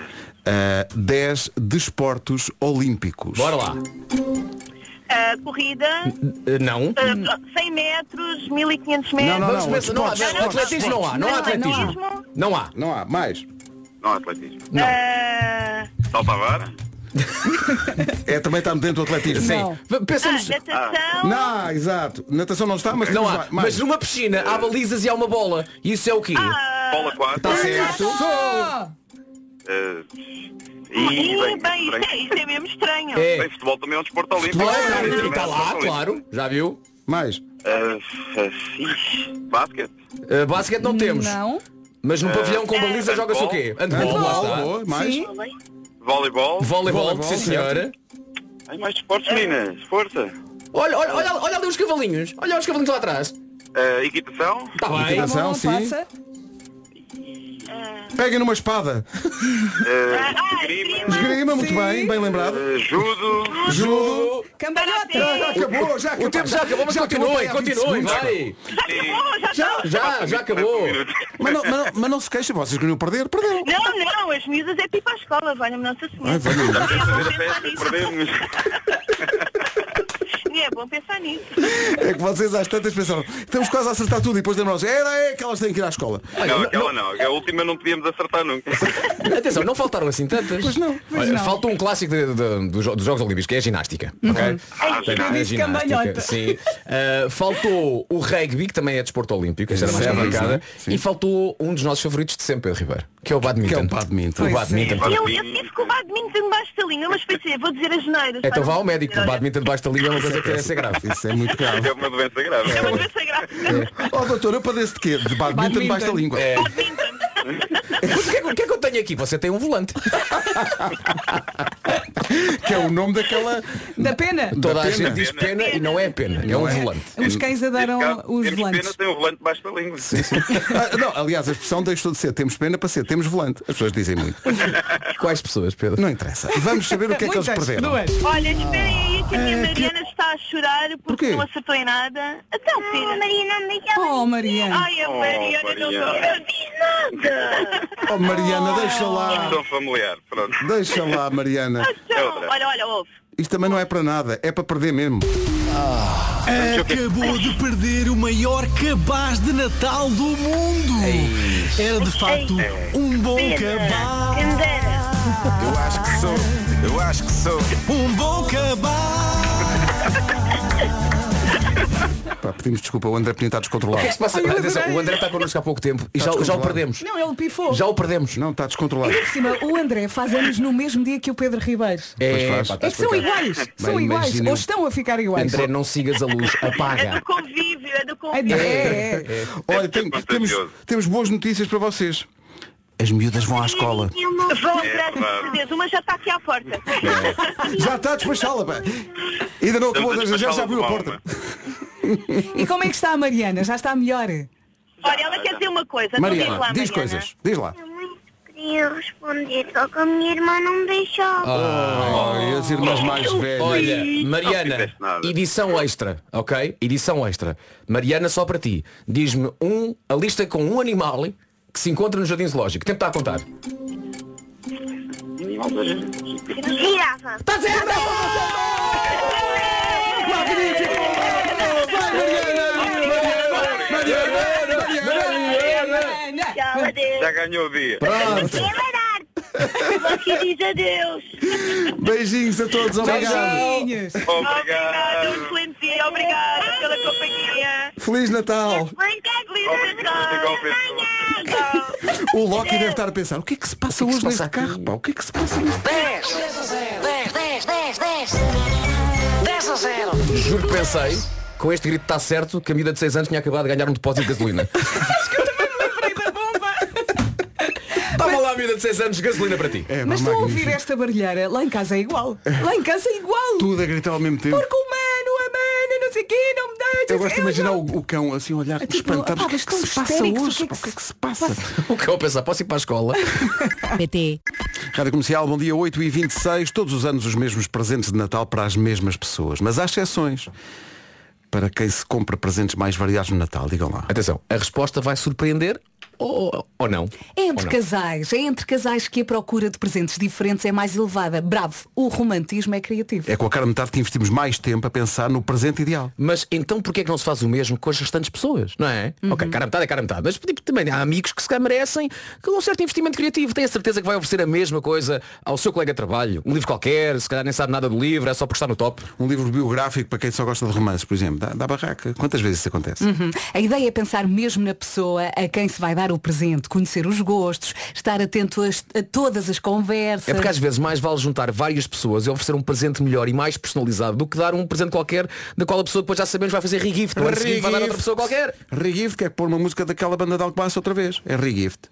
S2: ah, 10 desportos olímpicos.
S11: Bora lá.
S13: Ah, corrida,
S11: Eh, Não.
S13: ah, 100 metros, 1500 metros.
S2: Não, não,
S11: Vamos
S2: não,
S11: pensar, não há,
S2: esportes,
S11: não, atletismo não há, não há atletismo. Não há.
S2: Não há. Mais.
S6: Não, é atletismo.
S13: Ah,
S6: Salta a vara.
S2: É, também está dentro do atletismo.
S11: Sim. Pensamos.
S13: Ah, natação.
S2: Não, exato. Natação não está, mas
S11: Não
S2: temos
S11: há.
S2: lá- mais.
S11: Mas numa piscina há balizas e há uma bola. Isso é o quê?
S13: Ah,
S6: Bola Ah, 4.
S13: tá
S11: Está certo.
S6: e
S13: Ih,
S6: bem,
S13: bem, isto é,
S6: bem,
S13: isto é mesmo estranho.
S11: É.
S6: bem, futebol também é um desporto olímpico. É,
S11: Bola,
S6: é, é,
S11: Está
S6: é um
S11: tá lá,
S6: desporto
S11: claro. Já viu?
S2: Mais.
S6: olímpico. Ah, ah, ixi, Basquete.
S11: Uh, basquete não temos.
S4: Não.
S11: Mas num
S6: Ah,
S11: pavilhão com baliza
S6: handball.
S11: joga-se o quê? Handball,
S2: Handball,
S11: lá
S2: boa,
S11: está.
S2: mais.
S4: Sim.
S6: Voleibol.
S11: Voleibol,
S2: Voleibol,
S11: sim senhora.
S6: Ai, mais desportos,
S13: Ah.
S6: meninas. Força.
S11: Olha, olha, olha, olha ali os cavalinhos. Olha os cavalinhos lá atrás.
S6: Ah, equitação.
S11: Está bem.
S4: Tá bom,
S2: sim.
S4: passa.
S2: Peguem numa espada.
S6: ah,
S13: Ah,
S6: esgrima.
S13: esgrima.
S2: Esgrima, muito bem, bem lembrado.
S6: ah, judo.
S2: Judo.
S4: Cambalhota.
S2: Acabou, já acabou.
S11: O tempo já acabou, mas continuem,
S2: acabou, tem há
S11: continuem,
S2: 20
S11: vai.
S6: e-
S11: Já, já, já acabou.
S2: Mas não, mas não- mas não se queixem, vocês queriam perder, perderam.
S13: Não, não, as miúdas é tipo à escola, valha-me Nossa Senhora.
S2: Ai, valha-me.
S13: É bom
S6: Fazer a
S13: pensar
S6: festa,
S13: nisso.
S6: perdemos.
S13: [laughs] É bom pensar nisso.
S2: É que vocês às tantas pensaram, estamos quase a acertar tudo e depois lembram-se, era é que elas têm que ir à escola.
S6: Não, aquela não. A última não podíamos acertar
S2: [laughs]
S6: nunca.
S11: Atenção, não faltaram assim tantas.
S2: Pois não, pois
S11: Olha,
S4: não.
S11: Falta um clássico de- de- dos jo- dos Jogos Olímpicos, que é a ginástica. ok?
S6: Ah, já.
S11: Portanto, a
S4: disse cambalhota.
S11: Sim. Ah, faltou o rugby, que também é desporto olímpico, isso era mais
S2: Sim,
S11: complicado.
S2: sim, sim.
S11: E faltou um dos nossos favoritos de sempre, Pedro Ribeiro, que é o badminton.
S2: Que é o badminton.
S11: O
S4: Pois é.
S11: badminton.
S13: E Eu, eu tive com o badminton debaixo da língua, mas pensei, vou dizer as neiras.
S11: Então vá ao médico, o badminton debaixo da liga é uma coisa que deve ser grave.
S2: [laughs] Isso é muito grave.
S6: É uma doença grave.
S13: É uma doença grave.
S2: [laughs] Oh doutor, eu padeço de quê? De badminton debaixo da língua.
S13: Badminton.
S11: Mas o que, é, que- o que é que eu tenho aqui? Você tem um volante.
S2: Que é o nome
S11: [laughs]
S2: daquela.
S4: Da pena.
S11: Toda a
S2: pena.
S11: gente diz pena e não é pena, é um volante.
S4: Os cães adoram
S6: Neste caso,
S4: os
S6: temos
S4: volantes.
S6: pena, tem um volante debaixo da língua.
S2: Ah, não, aliás, a expressão deixou de ser temos pena para ser temos volante. As pessoas dizem
S11: [laughs]
S2: muito.
S11: Quais pessoas, Pedro?
S2: Não interessa. Vamos saber o que é que eles
S4: Muitas,
S2: perderam.
S4: duas.
S13: Olha, esperem aí que a minha
S2: É, que-
S13: Mariana está a chorar porque
S2: Porquê?
S13: não acertou em nada. Até o filho. Mariana,
S4: Oh, Mariana.
S13: Ai, a Mariana, não
S6: Mariana.
S13: não diz nada.
S2: Oh Mariana, deixa lá.
S6: São familiar, pronto.
S2: Deixa lá, Mariana.
S6: É
S13: Olha, olha, ouve.
S2: Isto também não é para nada, é para perder mesmo.
S12: Acabou de perder o maior cabaz de Natal do mundo. Era de facto um bom cabaz.
S7: Eu acho que sou. Eu acho que sou.
S12: Um bom cabaz.
S2: Pá, pedimos desculpa, o André Pinho está descontrolado.
S11: O que é que se passa?
S4: Ai, eu adorei.
S11: Atenção, o André está connosco há pouco tempo e
S2: Está
S11: já, já o
S2: descontrolado.
S11: perdemos.
S4: Não, ele pifou.
S11: Já o perdemos.
S2: Não, está descontrolado.
S4: E por cima, o André faz anos no mesmo dia que o Pedro Ribeiro.
S11: É,
S4: é
S11: pá, tá
S4: que são
S11: explicado.
S4: iguais. São
S11: Bem,
S4: iguais.
S11: imagina.
S4: Ou estão a ficar iguais.
S11: André, não sigas a luz, apaga.
S13: Convívio, é do
S4: É,
S13: convívio.
S4: é, é.
S2: Olha, tem- temos, temos boas notícias para vocês. As miúdas vão à escola.
S13: Vão
S6: É,
S13: entrar, com certeza. Uma já está aqui à porta. [laughs]
S2: Já está a despachá-la, pá. Ainda não acabou,
S13: Estamos a
S2: já já abriu a
S13: despachá-la
S14: é?
S2: porta.
S4: E como é que está a Mariana? Já está melhor?
S13: Olha, ela quer dizer uma coisa. Então diz lá,
S2: Mariana, diz
S13: Mariana.
S2: coisas, diz lá.
S9: Queria responder, só que a minha irmã não me deixou.
S2: Oh, as irmãs mais velhas.
S11: Olha,
S2: Não
S11: Mariana,
S2: fizeste nada.
S11: edição extra, ok? Edição extra. Mariana, só para ti. Diz-me um, a lista com um animal que se encontra no Jardim Zoológico. Tempo está a contar.
S9: Girava.
S11: Está
S4: Tá,
S11: Tá certo!
S9: Magnífico! Vai, Mariana! Mariana!
S13: Tchau, adeus.
S6: Já ganhou o dia.
S2: Pronto.
S9: é
S13: Você diz adeus.
S2: Beijinhos a todos, obrigado.
S4: Beijinhos.
S13: Obrigado, um excelente dia. Obrigada pela companhia.
S2: Feliz Natal. O Loki deve estar a pensar, o que é que se passa hoje neste carro, pá? O que é que se passa neste
S9: 10, 10, 10, 10, 10. 10 a 0.
S11: Juro que pensei, com este grito está certo, que a miúda de 6 anos tinha acabado de ganhar um depósito de
S2: [laughs]
S11: gasolina. Toma lá, miúda de 6 anos, gasolina para ti.
S2: É.
S4: Mas estou a ouvir esta barulheira. Lá em casa é igual. Lá em casa é igual.
S2: Tudo a gritar ao mesmo tempo.
S4: Porque o mano, a mana, não sei o quê, não me deixa.
S2: Eu gosto de imaginar o, o cão assim a olhar
S4: É
S2: com
S4: tipo,
S2: espantado.
S4: "Ah,
S2: O que é
S4: mas
S2: que
S4: estão
S2: se passa
S4: histéricos,
S2: hoje?
S4: o que
S2: pá?
S4: é
S2: O que é que se passa?
S11: O que eu pensar, posso ir para a escola?
S8: PT.
S2: Rádio Comercial, bom dia 8 e 26 Todos os anos os mesmos presentes de Natal para as mesmas pessoas Mas há exceções Para quem se compra presentes mais variados no Natal Digam lá
S11: Atenção, a resposta vai surpreender ou, ou não?
S4: É
S11: Ou
S4: entre
S11: não?
S4: casais, é entre casais que a procura de presentes diferentes é mais elevada. Bravo, o romantismo é criativo.
S2: É com a cara metade que investimos mais tempo a pensar no presente ideal
S11: Mas então porquê é que não se faz o mesmo com as restantes pessoas? Não é? Ok, cara a metade é cara a metade. Mas tipo, também há amigos que se calhar merecem com um certo investimento criativo. Tem a certeza que vai oferecer a mesma coisa ao seu colega de trabalho. Um livro qualquer, se calhar nem sabe nada do livro, é só por estar no top.
S2: Um livro biográfico para quem só gosta de romances, por exemplo Dá, dá barraca Quantas vezes isso acontece?
S4: Uhum. A ideia é pensar mesmo na pessoa a quem se vai dar o presente, conhecer os gostos, estar atento às- a, todas as conversas.
S11: É porque às vezes mais vale juntar várias pessoas e oferecer um presente melhor e mais personalizado do que dar um presente qualquer da qual a pessoa depois já sabemos vai fazer regift. não é? A seguir Vai dar a outra pessoa qualquer.
S2: Regift quer pôr uma música daquela banda de Alcobaça outra vez É Regift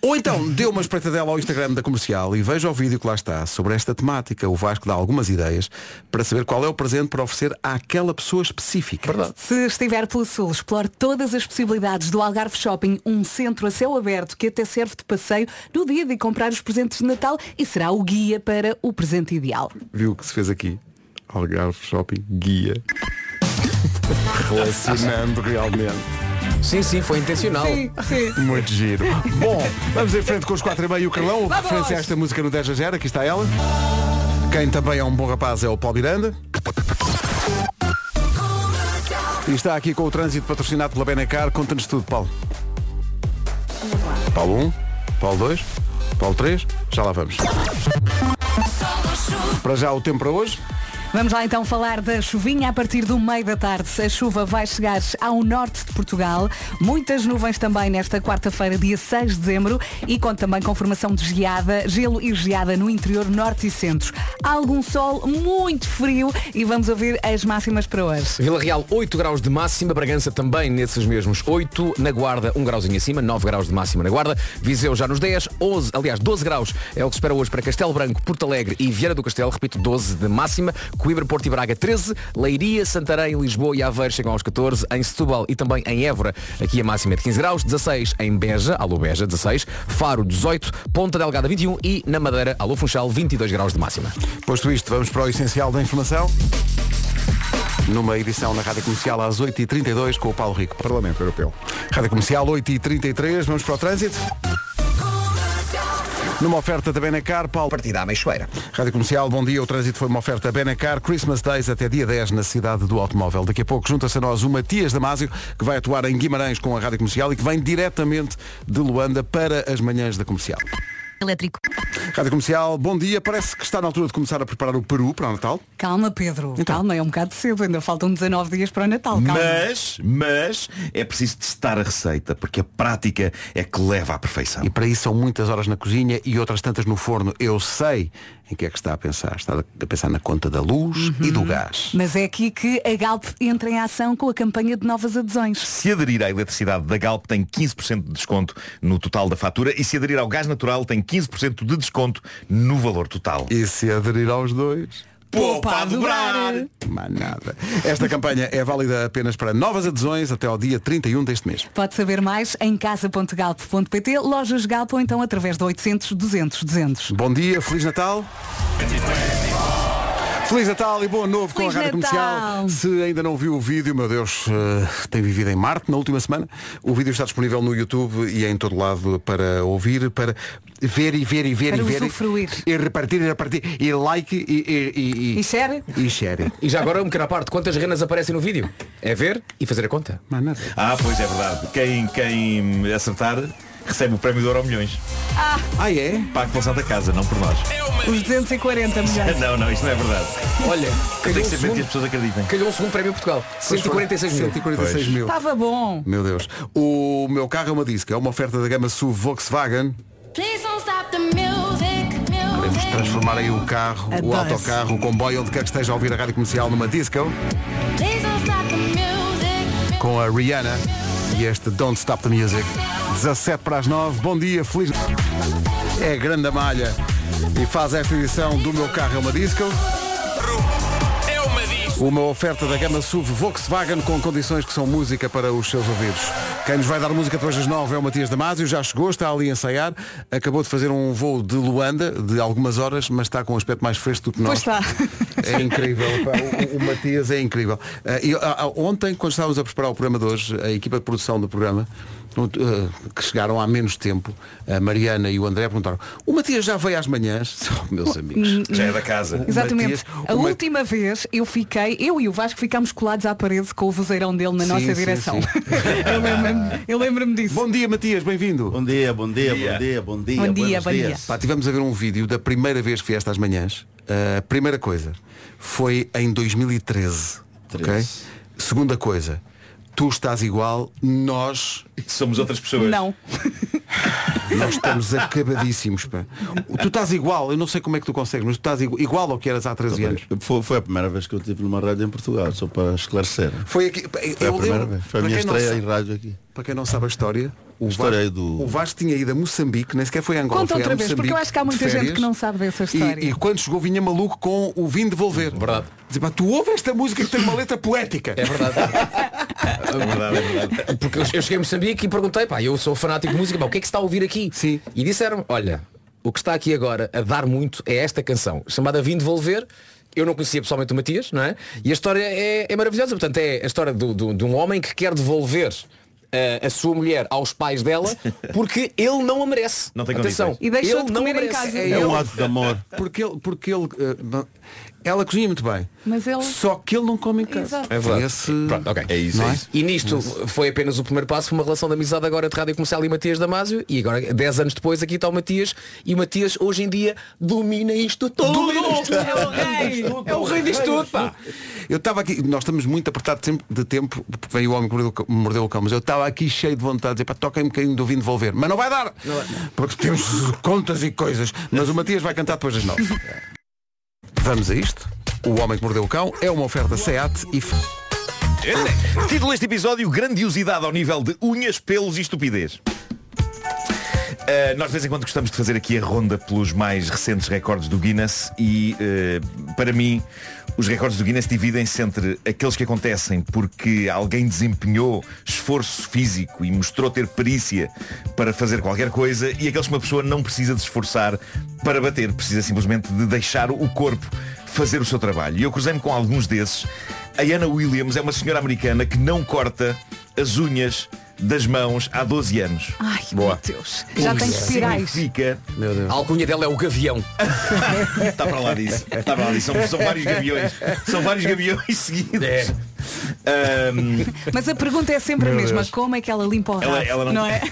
S2: ou então dê uma espreitadela ao Instagram da Comercial e veja o vídeo que lá está sobre esta temática. O Vasco dá algumas ideias para saber qual é o presente para oferecer àquela pessoa específica.
S4: Se estiver pelo Sul, explore todas as possibilidades do Algarve Shopping, um centro a céu aberto que até serve de passeio no dia de comprar os presentes de Natal e será o guia para o presente ideal.
S2: Viu o que se fez aqui? Algarve Shopping Guia. Relacionando realmente.
S11: Sim, sim, foi intencional.
S4: Sim, sim.
S2: Muito giro. Bom, vamos em frente com os 4 e meio. O Carlão
S4: Vamos!
S2: referência a esta música no 10 a 0. Aqui está ela. Quem também é um bom rapaz é o Paulo Miranda. E está aqui com o trânsito patrocinado pela Benacar. Conta-nos tudo, um, Paulo. Paulo 1, Paulo 2, Paulo 3. Já lá vamos. Para já o tempo para hoje.
S4: Vamos lá então falar da chuvinha a partir do meio da tarde. A chuva vai chegar ao norte de Portugal. Muitas nuvens também nesta quarta-feira, dia 6 de dezembro. E conta também com formação de geada, gelo e geada no interior norte e centro. Há algum sol muito frio e vamos ouvir as máximas para hoje.
S11: Vila Real 8 graus de máxima, Bragança também nesses mesmos 8, na Guarda 1 grauzinho acima, 9 graus de máxima na Guarda, Viseu já nos 10, 11, aliás 12 graus é o que se espera hoje para Castelo Branco, Porto Alegre e Vieira do Castelo, repito 12 de máxima, Coimbra, Porto e Braga 13, Leiria, Santarém, Lisboa e Aveiro chegam aos 14, em Setúbal e também em Évora, aqui a máxima é de 15 graus, 16 em Beja, alô Beja 16, Faro 18, Ponta Delgada 21 e na Madeira, alô Funchal 22 graus de máxima.
S2: Posto isto, vamos para o essencial da informação. Numa edição na Rádio Comercial às 8h32 com o Paulo Rico, Parlamento Europeu. Rádio Comercial 8h33, vamos para o trânsito. Numa oferta da Benacar, Paulo. Partida à Meixoeira. Rádio Comercial, bom dia. O trânsito foi uma oferta Benacar. Christmas Days até dia 10 na cidade do automóvel. Daqui a pouco junta-se a nós o Matias Damasio, que vai atuar em Guimarães com a Rádio Comercial e que vem diretamente de Luanda para as manhãs da Comercial.
S4: Elétrico.
S2: Rádio Comercial, bom dia. Parece que está na altura de começar a preparar o Peru para o Natal.
S4: Calma, Pedro. Calma, é um bocado cedo. Ainda faltam 19 dias para o Natal. Calma.
S14: Então. Mas, mas, é preciso testar a receita, porque a prática é que leva à perfeição.
S2: E para isso são muitas horas na cozinha e outras tantas no forno. Eu sei em que é que está a pensar. Está a pensar na conta da luz e do gás.
S4: Mas é aqui que a Galp entra em ação com a campanha de novas adesões.
S14: Se aderir à eletricidade da Galp tem 15% de desconto no total da fatura e se aderir ao gás natural tem 15% de desconto no valor total.
S2: E se aderir aos dois?
S14: Poupa a dobrar!
S2: Mais nada. Esta campanha é válida apenas para novas adesões até ao dia 31 deste mês.
S4: Pode saber mais em casa.galp.pt, lojas Galp ou então através de 800 200 200.
S2: Bom dia, Feliz Natal. Feliz Natal e bom ano novo
S4: Feliz
S2: com a Rádio
S4: Natal.
S2: Comercial. Se ainda não viu o vídeo, meu Deus, eh, tem vivido em Marte na última semana. O vídeo está disponível no YouTube e é em todo lado para ouvir, para ver e ver e ver
S4: Para
S2: e ver.
S4: usufruir.
S2: E repartir e repartir. E like e. E, e,
S4: E share?
S2: e share.
S11: E já agora um pequeno à parte, quantas renas aparecem no vídeo? É ver e fazer a conta.
S14: Ah, pois é verdade. Quem, quem acertar recebe o prémio de Euro Milhões.
S4: Ah,
S2: Ah, é?
S14: Pago pela Santa Casa, não por nós.
S4: os 240
S2: um-
S4: milhões.
S14: Não, não, isto não é verdade.
S11: Olha,
S2: É
S14: tem que
S11: calhou um
S14: saber que
S11: segundo-
S14: as pessoas acreditem.
S11: Calhou um segundo prémio a Portugal. 146 mil.
S2: 146 mil.
S4: Estava bom.
S2: Meu Deus. O meu carro é uma disco, é uma oferta da gama SUV Volkswagen. Queremos transformar aí o carro, o
S9: Adoro.
S2: autocarro, o comboio, onde quer que esteja a ouvir a rádio comercial numa disco, com a Rihanna e este Don't Stop the Music. 17 para as 9, bom dia, feliz. É a grande a malha e faz esta edição do meu carro é uma disco. Uma oferta da gama SUV Volkswagen com condições que são música para os seus ouvidos. Quem nos vai dar música depois das nove é o Matias Damasio, já chegou, está ali a ensaiar, acabou de fazer um voo de Luanda de algumas horas, mas está com um aspecto mais fresco do que nós.
S4: Pois está.
S2: É incrível, pá, o, o Matias é incrível. Ah, e, ah, ah, ontem, quando estávamos a preparar o programa de hoje, a equipa de produção do programa, perguntou, ah, que chegaram há menos tempo, a Mariana e o André perguntaram, o Matias já veio às manhãs? [laughs] Oh, meus amigos.
S14: Já é da casa.
S2: Matias-
S4: Exatamente. um a
S2: o Mat-
S4: última vez eu fiquei, eu e o Vasco ficámos colados à parede com o vozeirão dele na
S2: Sim,
S4: nossa
S2: sim,
S4: direção.
S2: sim.
S4: [laughs] eu lembro-me eu lembro-me disso.
S2: Bom dia, Matias, bem-vindo. Bom dia, bom
S4: dia, Bom dia. bom dia, bom dia, Bom dia, buenos bom dias. dia.
S2: Pá, tivemos a ver um vídeo da primeira vez que vieste às manhãs. A primeira coisa foi em 2013. ok? Segunda coisa, tu estás igual, nós.
S14: Somos outras pessoas.
S4: Não.
S2: Nós estamos acabadíssimos. Pá. Tu estás igual, eu não sei como é que tu consegues, mas tu estás igu- igual ao que eras há 13 anos.
S15: Foi, foi a primeira vez que eu estive numa rádio em Portugal, só para esclarecer.
S2: Foi aqui.
S15: Foi a primeira vez. Foi a minha estreia em rádio aqui.
S2: Para quem não sabe a história, o,
S15: História aí
S2: Vasco,
S15: do-
S2: o Vasco tinha ido a Moçambique, nem sequer foi a Angola.
S4: Conta
S2: foi
S4: outra
S2: a
S4: vez, porque
S2: Moçambique
S4: eu acho que há muita
S2: de
S4: gente
S2: férias.
S4: que não sabe dessa história.
S2: E, e quando chegou vinha maluco com o vinho devolver. Verdade. Dizia, pá, tu ouves esta música que tem uma letra poética. É
S11: verdade. É
S14: verdade, é verdade.
S11: Porque eu eu cheguei a Moçambique e perguntei, pá, eu sou fanático de música, pá, o que é que se está a ouvir aqui? Sim. E disseram, olha, o que está aqui agora a dar muito é esta canção, chamada Vim Devolver. Eu não conhecia pessoalmente o Matias, não é? E a história é, é maravilhosa. Portanto, é a história do- do- de um homem que quer devolver eh, a sua mulher aos
S2: [laughs]
S11: pais dela porque ele não a merece.
S14: Não
S2: tem
S11: Atenção,
S2: condições. E deixou
S11: ele
S2: de
S11: não a
S2: comer em
S11: merece.
S2: casa.
S11: É
S2: É um
S11: ele.
S2: ato de amor. Porque ele, porque ele eh, não- ela cozinha muito bem.
S4: Mas ele.
S2: Só que ele não come em casa.
S4: Exato.
S11: É verdade.
S2: Pronto,
S11: ok.
S2: É isso, é isso.
S11: E nisto foi apenas o primeiro passo, foi uma relação de amizade agora de Rádio Comercial e Matias Damasio. E agora, 10 anos depois, aqui está o Matias. E o Matias, hoje em dia, domina isto tudo.
S9: Domina isto tudo.
S11: É o rei. É o rei disto tudo, pá.
S2: Eu estava aqui, nós estamos muito apertados sempre de tempo, porque veio o homem que mordeu o cão- mordeu o cão, mas eu estava aqui cheio de vontade de dizer, pá, toquem um bocadinho do vinho devolver. Mas não vai dar! Porque temos contas e coisas. Mas o Matias vai cantar depois das
S11: [laughs]
S2: nove. Vamos a isto. O homem que mordeu o cão é uma oferta SEAT e. F-
S14: [laughs] Título deste episódio, grandiosidade ao nível de unhas, pelos e estupidez. Uh, nós de vez em quando gostamos de fazer aqui a ronda pelos mais recentes recordes do Guinness e uh, para mim os recordes do Guinness dividem-se entre aqueles que acontecem porque alguém desempenhou esforço físico e mostrou ter perícia para fazer qualquer coisa e aqueles que uma pessoa não precisa de se esforçar para bater, precisa simplesmente de deixar o corpo fazer o seu trabalho. E eu cruzei-me com alguns desses. A Anna Williams é uma senhora americana que não corta as unhas das mãos há 12 anos.
S4: Ai,
S14: Boa.
S4: Deus. Já tem espirais.
S14: Significa...
S11: A alcunha dela é o gavião.
S14: Está para lá disso. Está para lá disso. São, são vários gaviões. São vários gaviões seguidos.
S4: É.
S14: Ahm,
S4: Mas a pergunta é sempre a
S14: Meu
S4: mesma.
S14: Deus.
S4: Como é que ela limpa o rabo?
S14: Ela- ela não- [laughs]
S4: é?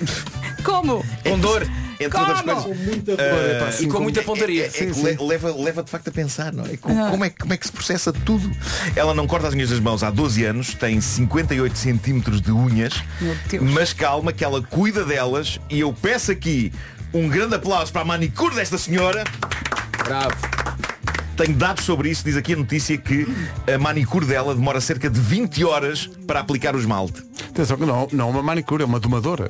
S4: Como?
S14: Com dor. Entre outras
S4: Como?
S14: é coisas.
S4: dor,
S2: Eh,
S14: Ah,
S4: epá, assim, com-
S14: É, é que le- Leva, leva de facto a pensar, não é? Como,
S4: Ah.
S14: como é que, como é que se processa tudo? Ela não corta as unhas das mãos há 12 anos, tem 58 centímetros de unhas,
S4: Meu Deus.
S14: mas calma que ela cuida delas e eu peço aqui um grande aplauso para a manicure desta senhora.
S11: Bravo.
S14: Tenho dados sobre isso, diz aqui a notícia que a manicure dela demora cerca de 20 horas para aplicar o esmalte.
S2: Atenção que não, não é uma manicure, é uma domadora.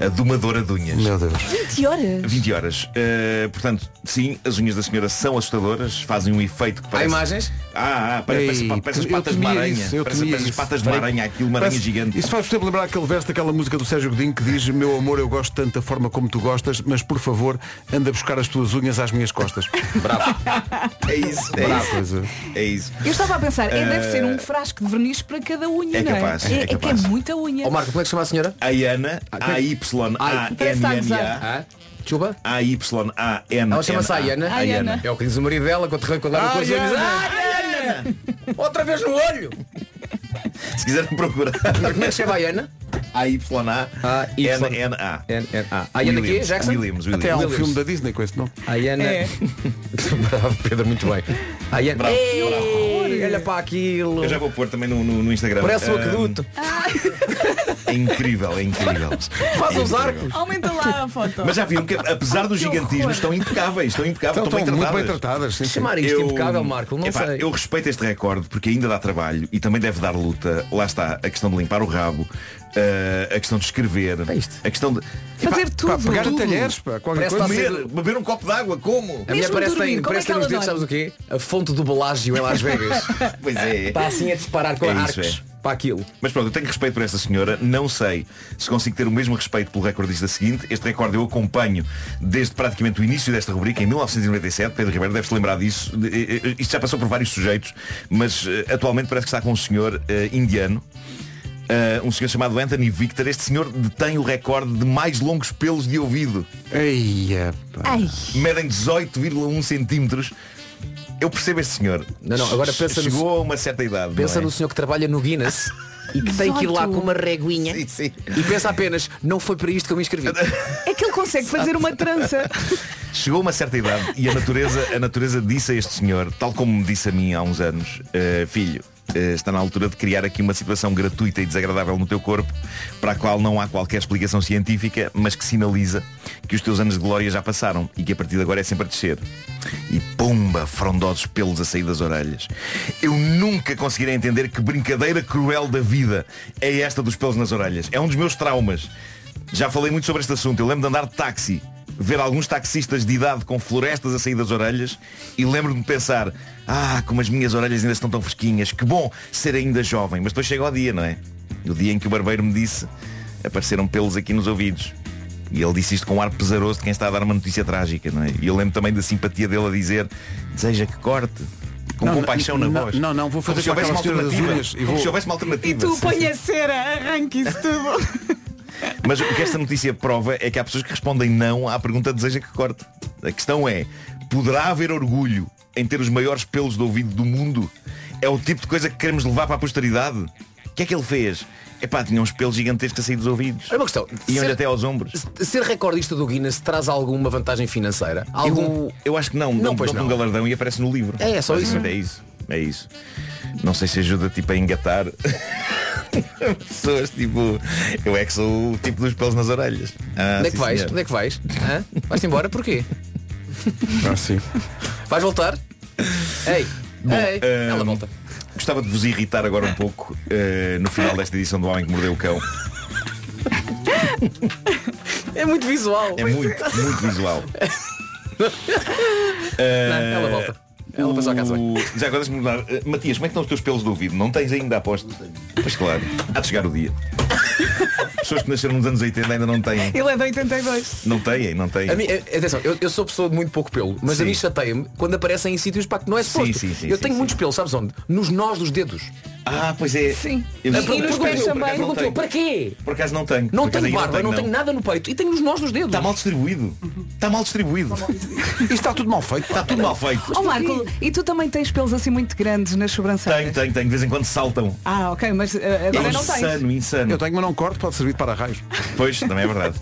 S14: A domadora de unhas.
S2: Meu Deus.
S8: 20 horas.
S14: 20 horas. Uh, portanto, sim, as unhas da senhora são assustadoras, fazem um efeito que parece.
S11: imagens?
S14: Ah, ah parece, parece,
S2: Ei,
S14: parece as
S2: eu
S14: patas de uma
S2: temia
S14: aranha.
S2: isso, eu
S14: parece
S2: temia
S14: parece as
S2: isso.
S14: patas de uma
S2: Parece-
S14: aranha, aquilo, uma aranha
S2: parece-
S14: gigante.
S2: Isso faz-me sempre lembrar aquele verso daquela música do Sérgio Godinho que diz Meu amor, eu gosto tanto da forma como tu gostas, mas por favor, anda buscar as tuas unhas às
S14: [laughs]
S2: minhas costas.
S14: Bravo. É isso, é
S2: Bravo.
S14: isso. É isso.
S4: Eu estava a pensar, é, deve
S14: Eh,
S4: ser um frasco de verniz para cada unha,
S14: é
S4: não
S14: capaz,
S4: é?
S14: é
S4: que é
S14: capaz.
S4: muita unha.
S11: Marco, como é que chama a senhora?
S14: Ayana,
S2: Ah,
S14: A-Y-A-N-N-A.
S4: Parece que está a
S14: A-Y-A-N-N-A.
S11: Desculpa?
S14: A-Y-A-N-N-A.
S11: Ela chama-se Ayana.
S14: Ayana.
S11: É o que diz o marido dela quando quando dá com as unhas.
S14: Ayana.
S11: "Ah, Ayana! Outra vez no olho! Então,
S14: Se quiserem procurar.
S11: Como é que chama a Ayana?
S14: A-Y-A. N-N-A. N-N-A.
S11: Ayana quê, Jackson?
S14: Williams, Williams.
S2: Até há um
S11: Williams.
S2: filme da Disney com esse nome.
S11: Ayana.
S14: [laughs]
S2: É.
S11: Bravo, Pedro, muito bem. Ayana.
S14: Bravo.
S11: Ei, olha para aquilo.
S14: Eu já vou pôr também no, no- no Instagram.
S11: Parece um
S14: Ah,
S11: aqueduto.
S14: É incrível, é incrível.
S11: [laughs] Faz
S14: É
S11: os
S14: incrível.
S11: arcos. Ah,
S4: Aumenta lá a foto.
S14: Mas já viram que apesar dos gigantismos estão impecáveis, estão impecáveis,
S2: Estão-
S11: Então,
S14: estão,
S2: Então, estão
S14: bem
S2: muito
S14: tratadas.
S2: bem tratadas, sim, sim.
S11: Chamar isto é impecável, Marco, não
S14: Epá,
S11: sei.
S14: Eu respeito este recorde porque ainda dá trabalho e também deve dar luta. Lá está a questão de limpar o rabo, ah, a questão de escrever, a questão de
S4: Fazer tudo.
S2: pegar
S4: Tudo.
S2: talheres, pá, qualquer
S11: Parece
S2: coisa.
S11: estar a ser-
S14: beber, beber um copo de água, como?
S11: A minha
S4: Mesmo
S11: parece que
S4: dormir,
S11: tem,
S4: como
S11: parece
S4: é que
S11: que tem
S4: ela
S11: nos dedos,
S4: dorme?
S11: sabes o quê? A fonte do Belágio
S14: [laughs]
S11: em Las Vegas.
S14: Pois é.
S11: Está assim a disparar com
S14: É isso,
S11: arcos para aquilo.
S14: Mas pronto, eu tenho respeito por esta senhora. Não sei se consigo ter o mesmo respeito pelo recordista seguinte. Este recorde eu acompanho desde praticamente o início desta rubrica, em 1997. Pedro Ribeiro deve-se lembrar disso. De- eh, eh, Isto já passou por vários sujeitos, mas eh, atualmente parece que está com um senhor eh, indiano. Eh, um senhor chamado Anthony Victor, este senhor detém o recorde de mais longos pelos de ouvido.
S2: Eia,
S4: Ai.
S14: Medem 18,1 centímetros. Eu percebo este senhor.
S11: Não, não, agora pensa no-
S14: Chegou a uma certa idade.
S11: Pensa
S14: não é?
S11: no senhor que trabalha no Guinness e que tem que ir lá com uma reguinha e pensa apenas, não foi para isto que eu
S14: [laughs]
S11: me inscrevi.
S4: É que ele consegue fazer uma trança.
S14: Chegou uma certa idade e a natureza, a natureza disse a este senhor, tal como me disse a mim há uns anos, "Eh, filho, eh, está na altura de criar aqui uma situação gratuita e desagradável no teu corpo, para a qual não há qualquer explicação científica, mas que sinaliza que os teus anos de glória já passaram e que a partir de agora é sempre a descer. E pumba, frondosos pelos a sair das orelhas. Eu nunca conseguirei entender que brincadeira cruel da vida é esta dos pelos nas orelhas. É um dos meus traumas. Já falei muito sobre este assunto. Eu lembro de andar de táxi ver alguns taxistas de idade com florestas a sair das orelhas e lembro-me de pensar, ah, como as minhas orelhas ainda estão tão fresquinhas, que bom ser ainda jovem. Mas depois chega o dia, não é? No dia em que o barbeiro me disse, apareceram pelos aqui nos ouvidos. E ele disse isto com um ar pesaroso de quem está a dar uma notícia trágica, não é? E eu lembro também da simpatia dele a dizer, deseja que corte. Com
S2: Não,
S14: compaixão na
S2: não,
S14: voz.
S2: não, não, vou
S14: Como
S2: fazer
S14: se houvesse
S2: com
S14: uma
S2: aquela senhora das
S14: alternativa.
S2: unhas e
S14: Como
S2: vou-
S14: se houvesse uma
S4: E
S14: alternativa.
S4: tu
S14: Sim,
S4: põe
S14: sim.
S4: a cera, arranca isso tudo.
S14: Mas o que esta notícia prova é que há pessoas que respondem não à pergunta deseja que corte. A questão é, poderá haver orgulho em ter os maiores pelos do ouvido do mundo? É o tipo de coisa que queremos levar para a posteridade? O que é que ele fez? Epá, tinha uns pelos gigantescos a sair dos ouvidos.
S11: É uma questão.
S14: Iam-lhe
S11: Ser-
S14: até aos ombros.
S11: Ser recordista do Guinness traz alguma vantagem financeira? Algum...
S14: Eu, eu acho que não.
S11: Não,
S14: Não,
S11: pois
S14: não. um
S11: não.
S14: galardão e aparece no livro.
S11: É, é só isso.
S14: Basicamente É isso. É isso. Não sei se ajuda tipo a engatar [laughs] pessoas tipo. Eu é que sou o tipo dos pelos nas orelhas. Ah,
S11: Onde é
S14: sim,
S11: que vais?
S14: senhor.
S11: Onde é que vais? Hã? Vais-te embora? Porquê?
S2: Ah, sim.
S11: Vais voltar? Ei! Ei!
S14: hum,
S11: Ela volta.
S14: Gostava de vos irritar agora um pouco eh, no final desta edição do Homem que Mordeu o Cão.
S11: É muito visual.
S14: É muito, muito visual. Eh,
S11: ela volta. Ela passou à casa bem.
S14: o- Já agora deixa-me mudar. Eh, Matias, como é que estão os teus pelos do ouvido? Não tens ainda, aposto? Pois claro, há de chegar o dia. Pessoas que nasceram nos anos 80 ainda não têm.
S4: Ele é de 82.
S14: Não têm, não têm.
S11: A mim, a- atenção, eu, eu sou pessoa de muito pouco pelo, mas a
S14: Sim.
S11: mim chateia-me quando aparecem em sítios para que não é suposto.
S14: sim, sim,
S11: eu
S14: sim,
S11: tenho
S14: sim,
S11: muitos pelos, sabes onde? Nos nós dos dedos.
S14: Ah, pois é.
S11: Sim.
S14: Eu-
S11: E nos
S14: por acaso-
S11: pés
S14: por acaso
S11: também.
S14: não
S11: Perguntou,
S14: tenho.
S11: para quê?
S14: Por acaso não tenho.
S11: Não
S14: Por acaso
S11: tenho
S14: ainda
S11: barba, não tenho nada no peito. E tenho nos nós dos dedos.
S14: Está mal distribuído. Está mal distribuído. Isto está tudo mal feito. Está tudo mal feito.
S4: Ó Oh, Marco, e tu também tens pelos assim muito grandes nas sobrancelhas?
S14: Tenho, tenho, tenho. De vez em quando saltam.
S4: Ah, ok, mas eh, agora
S14: É
S4: não tens.
S14: insano, insano. Eu
S2: tenho, mas não corto, pode servir para raios.
S14: Pois, também é
S11: [laughs]
S14: verdade.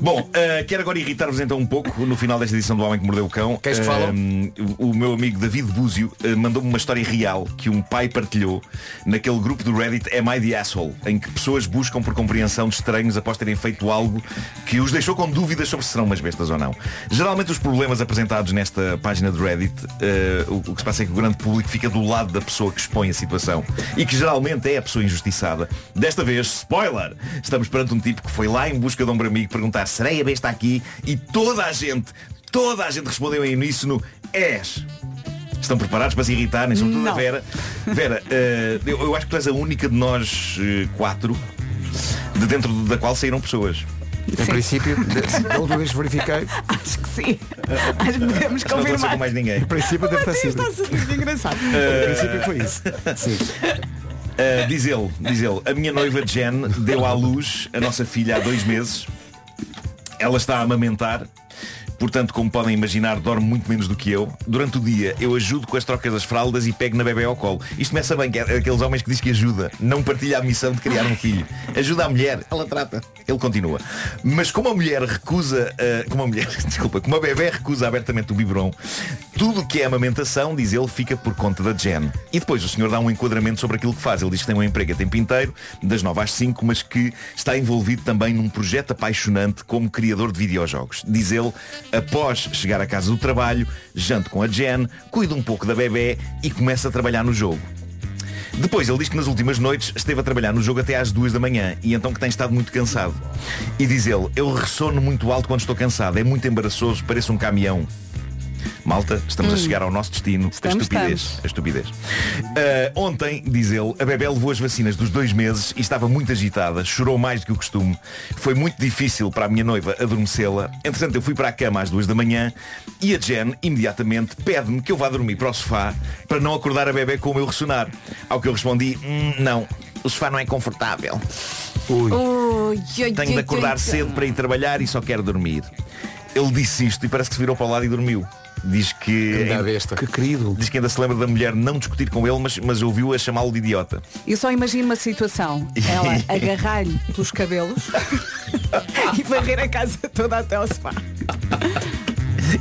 S14: Bom, eh, quero agora irritar-vos então um pouco no final desta edição do Homem que Mordeu o Cão.
S11: Queres que falam?
S14: Hum, o meu amigo David Búzio eh, mandou-me uma história real que um pai partilhou naquele grupo do Reddit Am I the Asshole, em que pessoas buscam por compreensão de estranhos após terem feito algo que os deixou com dúvidas sobre se serão umas bestas ou não. Geralmente os problemas apresentados nesta página do Reddit, eh, o, o que se passa é que o grande público fica do lado da pessoa que expõe a situação e que geralmente é a pessoa injustiçada. Desta vez, spoiler, estamos perante um tipo que foi lá em busca de um ombro amigo perguntar serei a besta aqui e toda a gente Toda a gente respondeu em uníssono És Estão preparados para se irritarem, sobretudo a Vera Vera, eh, eu, eu acho que tu és a única de nós eh, quatro De dentro da qual saíram pessoas
S2: Em
S11: [laughs]
S2: princípio, de- da última vez verifiquei.
S4: [laughs] Acho
S14: [laughs]
S4: que sim.
S14: Acho
S4: Acho que podemos
S14: que não aconteceu
S4: confirmar.
S14: com mais ninguém.
S2: Em princípio deve estar sido.
S4: Está super engraçado.
S14: Eh,
S2: isso.
S14: Eh, diz ele, diz ele, a minha noiva Jen deu à luz a nossa filha há dois meses. Ela está a amamentar. Portanto, como podem imaginar, dorme muito menos do que eu. Durante o dia, eu ajudo com as trocas das fraldas e pego na bebê ao colo. Isto começa bem, que é aqueles homens que diz que ajuda. Não partilha a missão de criar um filho. Ajuda a mulher. Ela trata. Ele continua. Mas como a mulher recusa... eh, como a mulher... [laughs] Desculpa. Como a bebê recusa abertamente o biberon, tudo o que é amamentação, diz ele, fica por conta da Jen. E depois o senhor dá um enquadramento sobre aquilo que faz. Ele diz que tem um emprego a tempo inteiro, das 9 às 5, mas que está envolvido também num projeto apaixonante como criador de videojogos. Diz ele, após chegar à casa do trabalho, janto com a Jen, cuido um pouco da bebê e começa a trabalhar no jogo. Depois ele diz que nas últimas noites esteve a trabalhar no jogo até às duas da manhã e então que tem estado muito cansado. E diz ele, eu ressono muito alto quando estou cansado, é muito embaraçoso, parece um caminhão. Malta, estamos a
S16: Hum.
S14: chegar ao nosso destino. a
S16: Estamos,
S14: estupidez.
S16: estamos.
S14: A estupidez. Ah, ontem, diz ele, a Bebel levou as vacinas dos dois meses e estava muito agitada, chorou mais do que o costume. Foi muito difícil para a minha noiva adormecê-la. Entretanto, eu fui para a cama às duas da manhã e a Jen, imediatamente, pede-me que eu vá dormir para o sofá para não acordar a bebê com o meu ressonar. Ao que eu respondi, "Hum, não, o sofá não é confortável. Tenho de acordar cedo para ir trabalhar e só quero dormir. Ele disse isto e parece que se virou para o lado e dormiu. Diz que.
S2: é
S14: Que querido. Diz que ainda se lembra da mulher não discutir com ele, mas, mas ouviu-a chamá-lo de idiota.
S4: Eu só imagino uma situação. Ela
S14: [laughs]
S4: agarrar-lhe pelos cabelos e varrer a casa toda até ao sofá.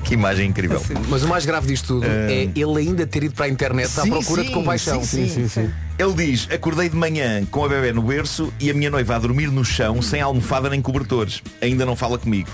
S14: Que imagem incrível.
S11: [laughs] Mas o mais grave disto tudo
S2: Eh,
S11: é ele ainda ter ido para a internet à
S14: Sim,
S11: procura de
S14: sim,
S11: compaixão.
S14: sim, sim. Ele diz, acordei de manhã com a bebê no berço e a minha noiva a dormir no chão, sem almofada nem cobertores. Ainda não fala comigo.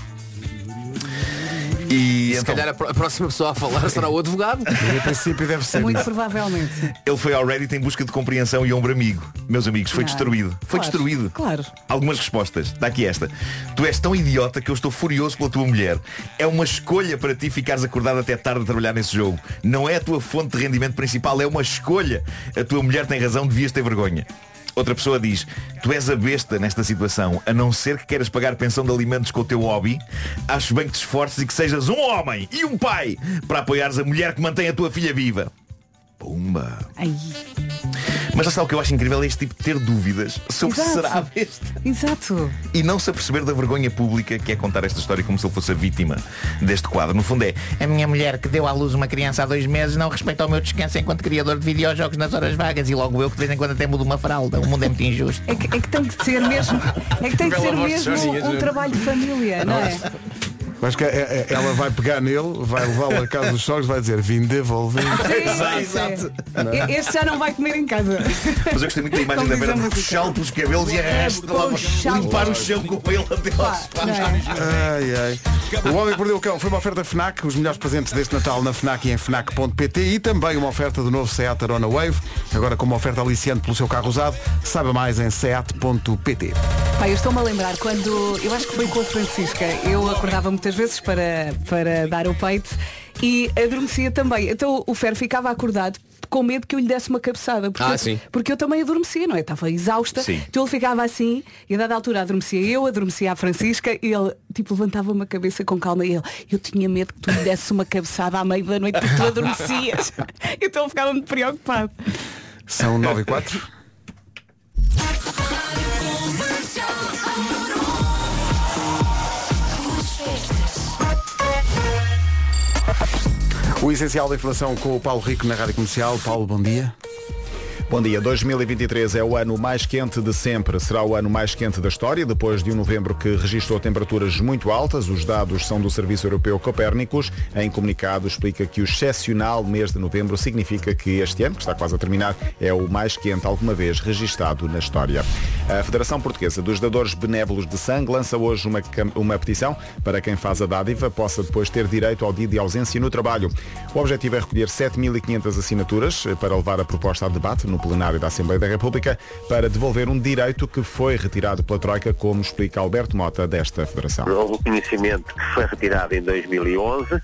S14: E,
S11: Se
S14: então,
S11: calhar a pro- a próxima pessoa a falar será
S2: [laughs]
S11: o advogado.
S14: em princípio deve
S4: Muito provavelmente.
S14: Ele foi ao Reddit em busca de compreensão e ombro amigo. Meus amigos, foi
S4: Não.
S14: destruído. Foi
S4: Claro,
S14: destruído.
S4: Claro.
S14: Algumas respostas. Está aqui esta. Tu és tão idiota que eu estou furioso pela tua mulher. É uma escolha para ti ficares acordado até tarde a trabalhar nesse jogo. Não é a tua fonte de rendimento principal, é uma escolha. A tua mulher tem razão, devias ter vergonha. Outra pessoa diz, tu és a besta nesta situação, a não ser que queiras pagar pensão de alimentos com o teu hobby, acho bem que te esforces e que sejas um homem e um pai para apoiares a mulher que mantém a tua filha viva. Pumba!
S4: Ai.
S14: Mas lá está o que eu acho incrível é este tipo de ter dúvidas sobre se será a besta
S4: Exato.
S14: e não se aperceber da vergonha pública que é contar esta história como se ele fosse a vítima deste quadro. No fundo é a minha mulher que deu à luz uma criança há dois meses não respeita o meu descanso enquanto criador de videojogos nas horas vagas e logo eu que de vez em quando até mudo uma fralda. O mundo é muito injusto.
S4: É que, é que tem que ser mesmo, é que tem que
S2: Pelo
S4: ser
S2: amor de
S4: mesmo
S2: Jorge,
S4: um
S2: Jorge.
S4: trabalho de família, não é?
S2: Acho que é- é- ela vai pegar nele, vai levá-lo a casa dos sogros, vai dizer, vim devolver.
S4: Sim, sim. E- Este já não vai comer em casa.
S14: Mas eu gostei muito da imagem da Vera de puxá-lo pelos cabelos e arrasta lá
S4: Puxá-lo.
S14: limpar o chão com ele até lá.
S4: é?
S2: Ai, ai. O Homem que Mordeu o Cão foi uma oferta FNAC, os melhores presentes deste Natal na FNAC e em FNAC.pt e também uma oferta do novo Seat Arona Wave, agora com uma oferta aliciante pelo seu carro usado. Saiba mais em seat.pt.
S4: Pai, eu estou-me a lembrar quando, eu acho que foi com a Francisca, eu acordava muitas vezes para, para dar o peito e adormecia também. Então o Fer ficava acordado com medo que eu lhe desse uma cabeçada. Porque,
S11: Ah,
S4: eu,
S11: sim.
S4: porque eu também adormecia, não é? Estava exausta.
S11: Sim.
S4: Então ele ficava assim e a dada altura adormecia eu, adormecia a Francisca e ele tipo levantava-me a cabeça com calma e ele, eu tinha medo que tu [laughs] lhe desse uma cabeçada à meio da noite porque tu adormecias. então eu ficava muito preocupado.
S2: São 9 e 4. O essencial da informação com o Paulo Rico na Rádio Comercial. Paulo, bom dia.
S16: Bom dia, 2023 é o ano mais quente de sempre. Será o ano mais quente da história, depois de um novembro que registrou temperaturas muito altas. Os dados são do Serviço Europeu Copérnicos. Em comunicado explica que o excepcional mês de novembro significa que este ano, que está quase a terminar, é o mais quente alguma vez registado na história. A Federação Portuguesa dos Dadores Benévolos de Sangue lança hoje uma, cam- uma petição para quem faz a dádiva possa depois ter direito ao dia de ausência no trabalho. O objetivo é recolher 7.500 assinaturas eh, para levar a proposta a debate no plenário da Assembleia da República para devolver um direito que foi retirado pela Troika, como explica Alberto Mota desta federação.
S17: Houve o conhecimento que foi retirado em 2011, eh,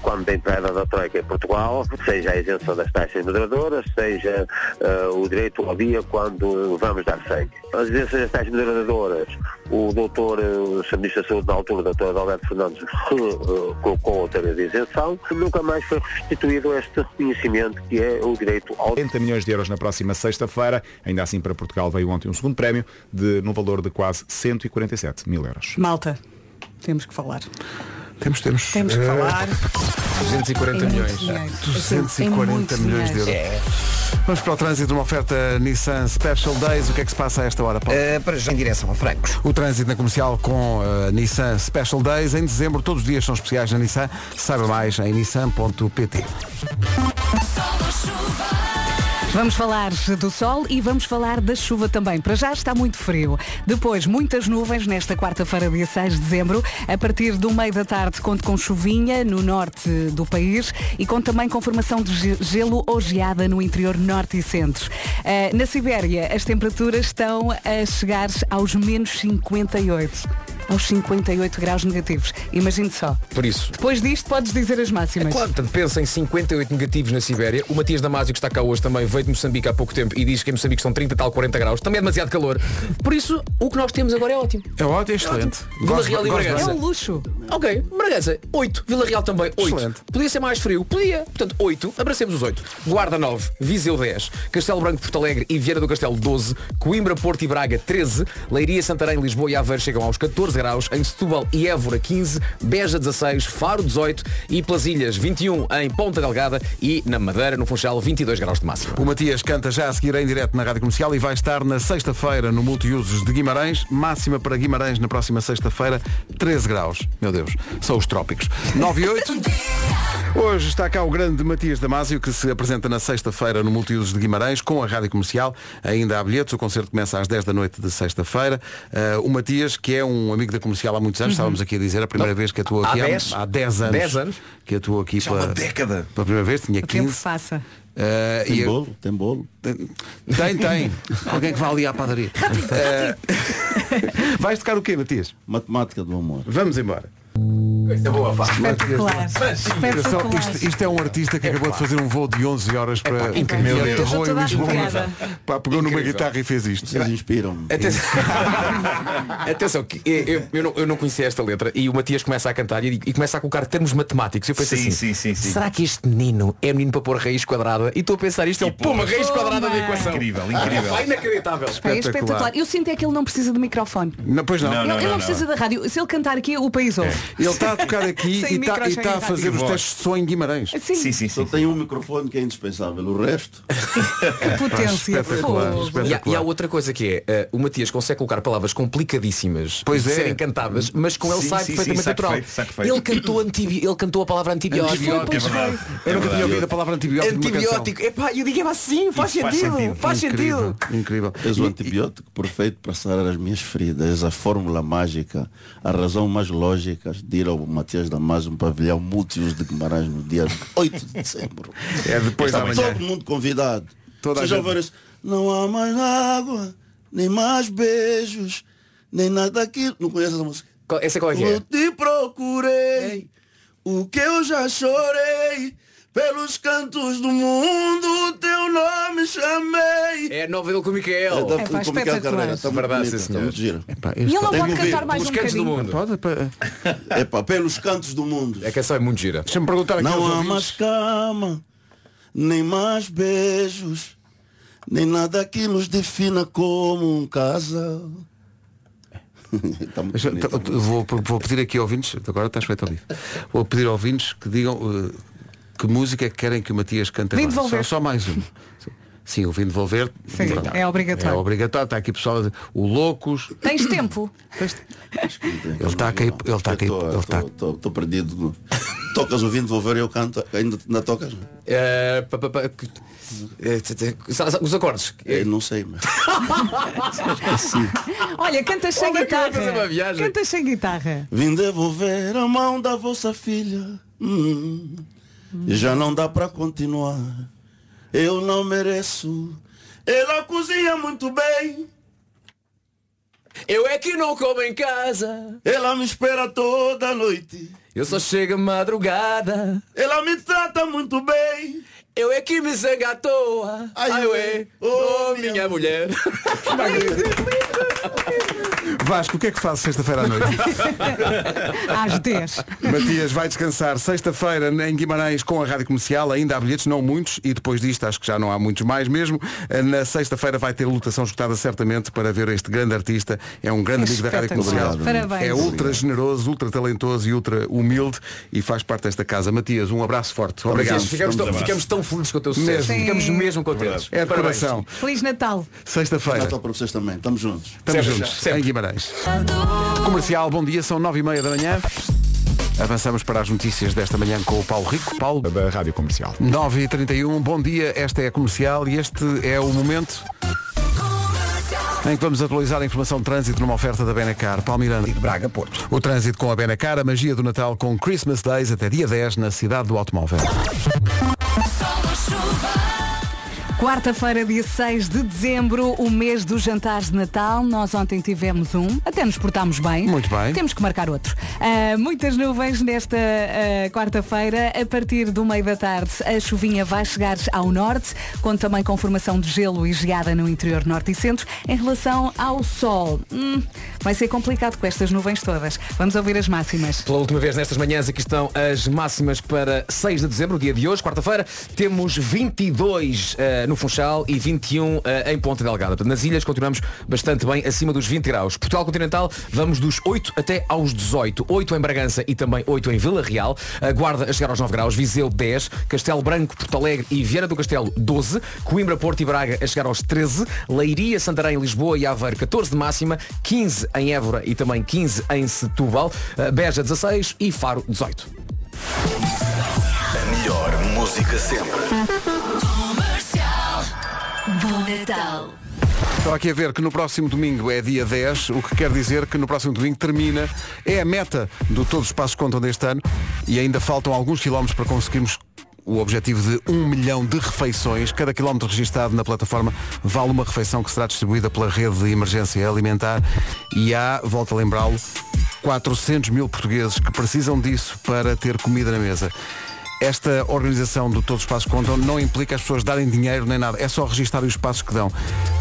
S17: quando da entrada da Troika em Portugal, seja a isenção das taxas moderadoras, seja eh, o direito ao dia quando vamos dar sangue. As isenções das taxas moderadoras, o doutor, eh, o Sr. Ministro da Saúde, na altura, o doutor Alberto Fernandes, re- eh, colocou outra vez a isenção, que nunca mais foi restituído este reconhecimento que é o direito ao
S15: Então,
S16: 80 milhões de euros na próxima sexta-feira. Ainda assim, para Portugal veio ontem um segundo prémio de, no valor de quase 147 mil euros.
S4: Malta, temos que falar.
S2: Temos, temos.
S4: Temos que
S2: Eh,
S4: falar.
S2: 240
S4: É muito
S2: milhões.
S4: dinheiro. É
S2: 240
S4: muito
S2: milhões de
S4: dinheiro.
S2: euros. Vamos para o trânsito, uma oferta Nissan Special Days. O que é que se passa a esta hora, Paulo?
S3: Eh, para já em direção a Francos.
S2: O trânsito na comercial com a Nissan Special Days. Em dezembro, todos os dias são especiais na Nissan. Saiba mais em nissan.pt.
S4: Vamos falar do sol e vamos falar da chuva também. Para já está muito frio. Depois, muitas nuvens nesta quarta-feira, dia 6 de dezembro. A partir do meio da tarde, conto com chuvinha no norte do país e conto também com formação de ge- gelo ou geada no interior norte e centro. Ah, na Sibéria, as temperaturas estão a chegar aos menos 58. Aos 58 graus negativos. Imagine só.
S11: Por isso.
S4: Depois disto, podes dizer as máximas.
S2: É
S11: Claro, portanto, pensa em 58 negativos na Sibéria. O Matias Damasio, que está cá hoje, também veio de Moçambique há pouco tempo e diz que em Moçambique são 30 tal 40 graus. Também é demasiado calor. Por isso, o que nós temos agora é ótimo.
S2: É ótimo, excelente.
S11: Vila Real e Bragança.
S4: É um luxo.
S11: Ok, Bragança 8, Vila Real também 8. Podia ser mais frio, podia. Portanto, 8, abracemos os 8. Guarda 9, Viseu 10, Castelo Branco, Porto Alegre e Vieira do Castelo 12, Coimbra, Porto e Braga 13, Leiria, Santarém, Lisboa e Aveiro chegam aos 14 graus, em Setúbal e Évora 15, Beja 16, Faro 18 e pelas ilhas 21 em Ponta Delgada e na Madeira, no Funchal, 22 graus de máximo.
S2: O Matias canta já a seguir em direto na Rádio Comercial e vai estar na sexta-feira no Multiusos de Guimarães. Máxima para Guimarães na próxima sexta-feira, 13 graus. Meu Deus, são os trópicos. 9 e 8. Hoje está cá o grande Matias Damasio que se apresenta na sexta-feira no Multiusos de Guimarães com a Rádio Comercial. Ainda há bilhetes, o concerto começa às 10 da noite de sexta-feira. Eh, o Matias, que é um amigo da Comercial há muitos anos,
S11: Uhum.
S2: estávamos aqui a dizer, a primeira
S11: Não.
S2: vez que atuou
S11: Há
S2: aqui
S11: 10?
S2: há 10 anos,
S11: 10 anos.
S2: que atuou aqui
S11: Já há
S2: pela,
S11: uma década.
S2: pela primeira vez, tinha 15.
S4: Faça.
S2: Eh,
S15: Tem
S2: e eu-
S15: bolo? Tem bolo?
S2: Tem, tem. Alguém que vá ali à padaria.
S4: tipo,
S2: Eh, Vais tocar o quê, Matias?
S15: Matemática do amor.
S2: Vamos embora.
S11: Coisa é boa, pá.
S4: Espetacular.
S2: Atenção, isto, isto é um artista que acabou de fazer um voo de 11 horas para
S15: incrível.
S2: e
S15: Meu Deus.
S2: aterrou em
S15: Estou toda
S2: Lisboa.
S15: arrepiada.
S2: Pá, pegou numa
S15: Incrível.
S2: guitarra e fez isto.
S15: Vocês inspiram-me.
S11: [laughs] Atenção, que eu, eu- eu não, eu não conhecia esta letra e o Matias começa a cantar e, e começa a colocar termos matemáticos. Eu pensei
S14: Sim, sim,
S11: assim,
S14: sim, sim.
S11: será que este menino é menino para pôr raiz quadrada? E estou a pensar, isto é o puma, raiz quadrada da equação.
S14: Incrível,
S11: incrível. [laughs]
S14: incrível.
S11: inacreditável.
S4: É espetacular. Eu sinto é que ele não precisa de microfone.
S2: Não, pois não.
S4: ele ele não, precisa da rádio. Se ele cantar aqui, o país ouve.
S2: Ele está a tocar aqui
S4: Sem
S2: e está
S4: micro,
S2: e
S4: sem
S2: está a
S4: rádio.
S2: fazer os
S15: Voz.
S2: testes de som em Guimarães.
S4: Sim. Sim,
S15: Só tem um microfone que é indispensável. O resto.
S4: potência. É,
S15: Espetacular, Fogo.
S11: E há,
S15: espetacular.
S11: e há outra coisa que é, eh, o Matias consegue colocar palavras complicadíssimas
S2: Pois
S11: de
S2: é.
S11: serem cantadas, mas com ele
S2: Sim,
S11: sai
S2: sim,
S11: perfeitamente
S2: sim, sai
S11: natural.
S2: perfeito, sai perfeito.
S11: Ele cantou antibi ele cantou a palavra antibiótico.
S2: Antibiótico,
S11: Pois
S2: é
S11: foi.
S2: verdade. Eu nunca tinha ouvido a palavra antibiótico numa
S11: Antibiótico. Epá, eu digo é assim, faz
S15: Isso faz
S11: sentido,
S15: sentido.
S11: faz
S15: Incrível.
S11: sentido.
S2: Incrível.
S15: És o antibiótico perfeito para sarar as minhas feridas, a fórmula mágica, a razão mais lógica de ir ao Matias Damasio, um pavilhão múltiplos de Guimarães no dia 8 de dezembro.
S2: É depois
S15: Está
S2: da manhã.
S15: todo mundo convidado.
S2: Toda a
S15: Vocês já
S2: gente.
S15: ouviram isso? Não há mais água, nem mais beijos, nem nada daquilo. Não conhece essa música?
S11: Essa qual é que
S15: Eu
S11: é?
S15: te procurei, o que eu já chorei, pelos cantos do mundo, o teu nome chamei.
S11: É a nova dele com o Micael.
S15: É, da- É, pá, com o Micael espetacular. Carreira, está muito
S11: Verdade,
S15: bonita,
S11: sim, senhor.
S15: muito gira.
S2: Epá,
S11: E ele não pode
S15: Tem que
S11: cantar
S15: ouvir.
S11: mais Pelos tá um cantos do bocadinho? mundo.
S15: É pá, pelos cantos do mundo.
S11: A canção é muito gira.
S2: Deixa-me perguntar
S15: Não
S2: aos
S15: há
S2: ouvintes.
S15: mais cama, nem mais beijos, Nem nada que nos defina como um casal. Está muito
S2: Deixa-
S15: bonito.
S2: t- t- vou, vou pedir aqui ouvintes, agora estás feito ao vivo. Vou pedir ouvintes que digam eh, que música é que querem que o Matias cante
S4: Vim
S2: agora.
S4: devolver.
S2: Só, só mais um. Sim, o Vim devolver.
S4: Sim,
S2: pronto.
S4: é obrigatório.
S2: É obrigatório, está aqui pessoal a dizer, o Loucos.
S4: Tens tempo?
S2: Ele está a cair. Ele está a cair. Ele está.
S15: Estou perdido. Tocas o vinho, vou ver, eu canto. Ainda, ainda tocas?
S11: Eh, pa- pa- pa- que- eh, t- t- sa- sa- Os acordes.
S15: Eu não sei, mas.
S4: Olha, canta sem
S15: Onde é que vai
S4: guitarra.
S15: fazer uma viagem?
S4: Canta sem guitarra.
S15: Vim devolver a mão da vossa filha. Hum, Já não dá para continuar. Eu não mereço. Ela cozinha muito bem.
S11: Eu é que não como em casa.
S15: Ela me espera toda noite.
S11: Eu só chego à madrugada.
S15: Ela me trata muito bem.
S11: Eu é que me zanga à toa. Ai, eu é. Oh, minha mulher.
S2: Vasco, o que é que fazes sexta-feira à noite?
S15: [laughs]
S4: Às 10.
S2: Matias vai descansar sexta-feira em Guimarães com a Rádio Comercial. Ainda há bilhetes, não muitos, e depois disto acho que já não há muitos mais mesmo. Na sexta-feira vai ter lutação escutada certamente para ver este grande artista. É um grande amigo da Rádio
S4: Espetacular.
S2: Comercial.
S4: Parabéns.
S2: É ultra generoso, ultra talentoso e ultra humilde e faz parte desta casa. Matias, um abraço forte. Obrigado.
S11: Matias, ficamos tão- ficamos tão felizes com o teu sucesso.
S2: Mesmo.
S11: Ficamos mesmo contentes.
S2: É de
S11: Parabéns.
S2: coração.
S4: Feliz Natal.
S2: Sexta-feira.
S15: Natal para vocês também. Estamos juntos.
S2: Estamos juntos. Em Guimarães. Comercial, bom dia, são nove e meia da manhã. Avançamos para as notícias desta manhã com o Paulo Rico. Paulo.
S16: Da Rádio Comercial.
S2: 9h31, bom dia, esta é a comercial e este é o momento em que vamos atualizar a informação de trânsito numa oferta da Benacar. Palmeiranda. De
S3: Braga, Porto.
S2: O trânsito com a Benacar, a magia do Natal com Christmas Days até dia 10 na cidade do automóvel.
S4: Quarta-feira, dia 6 de dezembro, o mês dos jantares de Natal. Nós ontem tivemos um, até nos portámos bem.
S2: Muito bem.
S4: Temos que marcar outro. Ah, muitas nuvens nesta ah, quarta-feira. A partir do meio da tarde, a chuvinha vai chegar ao norte, com também com formação de gelo e geada no interior norte e centro. Em relação ao sol, hum, vai ser complicado com estas nuvens todas. Vamos ouvir as máximas.
S11: Pela última vez nestas manhãs aqui estão as máximas para 6 de dezembro, dia de hoje, quarta-feira. Temos 22 eh, no Funchal e 21 eh, em Ponta Delgada. Portanto, nas ilhas continuamos bastante bem, acima dos 20 graus. Portugal Continental, vamos dos 8 até aos 18. 8 em Bragança e também 8 em Vila Real. A Guarda a chegar aos 9 graus, Viseu 10, Castelo Branco, Porto Alegre e Viana do Castelo 12, Coimbra, Porto e Braga a chegar aos 13, Leiria, Santarém, Lisboa e Aveiro 14 de máxima, 15 em Évora e também 15 em Setúbal, eh, Beja 16 e Faro 18.
S7: A melhor música sempre.
S18: Bom Natal.
S2: Estava aqui a ver que no próximo domingo é dia 10, o que quer dizer que no próximo domingo termina, é a meta do Todos os Passos Contam deste ano e ainda faltam alguns quilómetros para conseguirmos o objetivo de um milhão de refeições. Cada quilómetro registado na plataforma vale uma refeição que será distribuída pela rede de emergência alimentar e há, volto a lembrá-lo, 400 mil portugueses que precisam disso para ter comida na mesa. Esta organização do Todos os Passos Contam não implica as pessoas darem dinheiro nem nada, é só registar os passos que dão.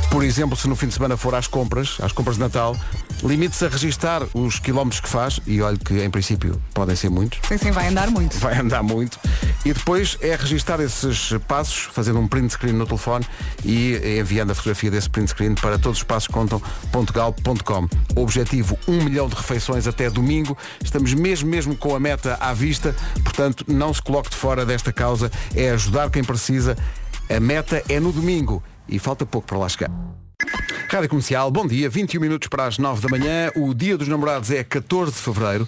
S2: Por exemplo, se no fim de semana for às compras, às compras de Natal, limite-se a registar os quilómetros que faz, e olhe que em princípio podem ser muitos,
S4: Sim, sim, vai andar muito.
S2: vai andar muito, e depois é registar esses passos, fazendo um print screen no telefone e é enviando a fotografia desse print screen para todos os passos contam.gal.com. Objetivo 1 milhão de refeições até domingo. Estamos mesmo, mesmo com a meta à vista, portanto não se coloque de fora desta causa, é ajudar quem precisa. A meta é no domingo e falta pouco para lá chegar. Rádio Comercial, bom dia, 21 minutos para as 9 da manhã, o dia dos namorados é 14 de fevereiro,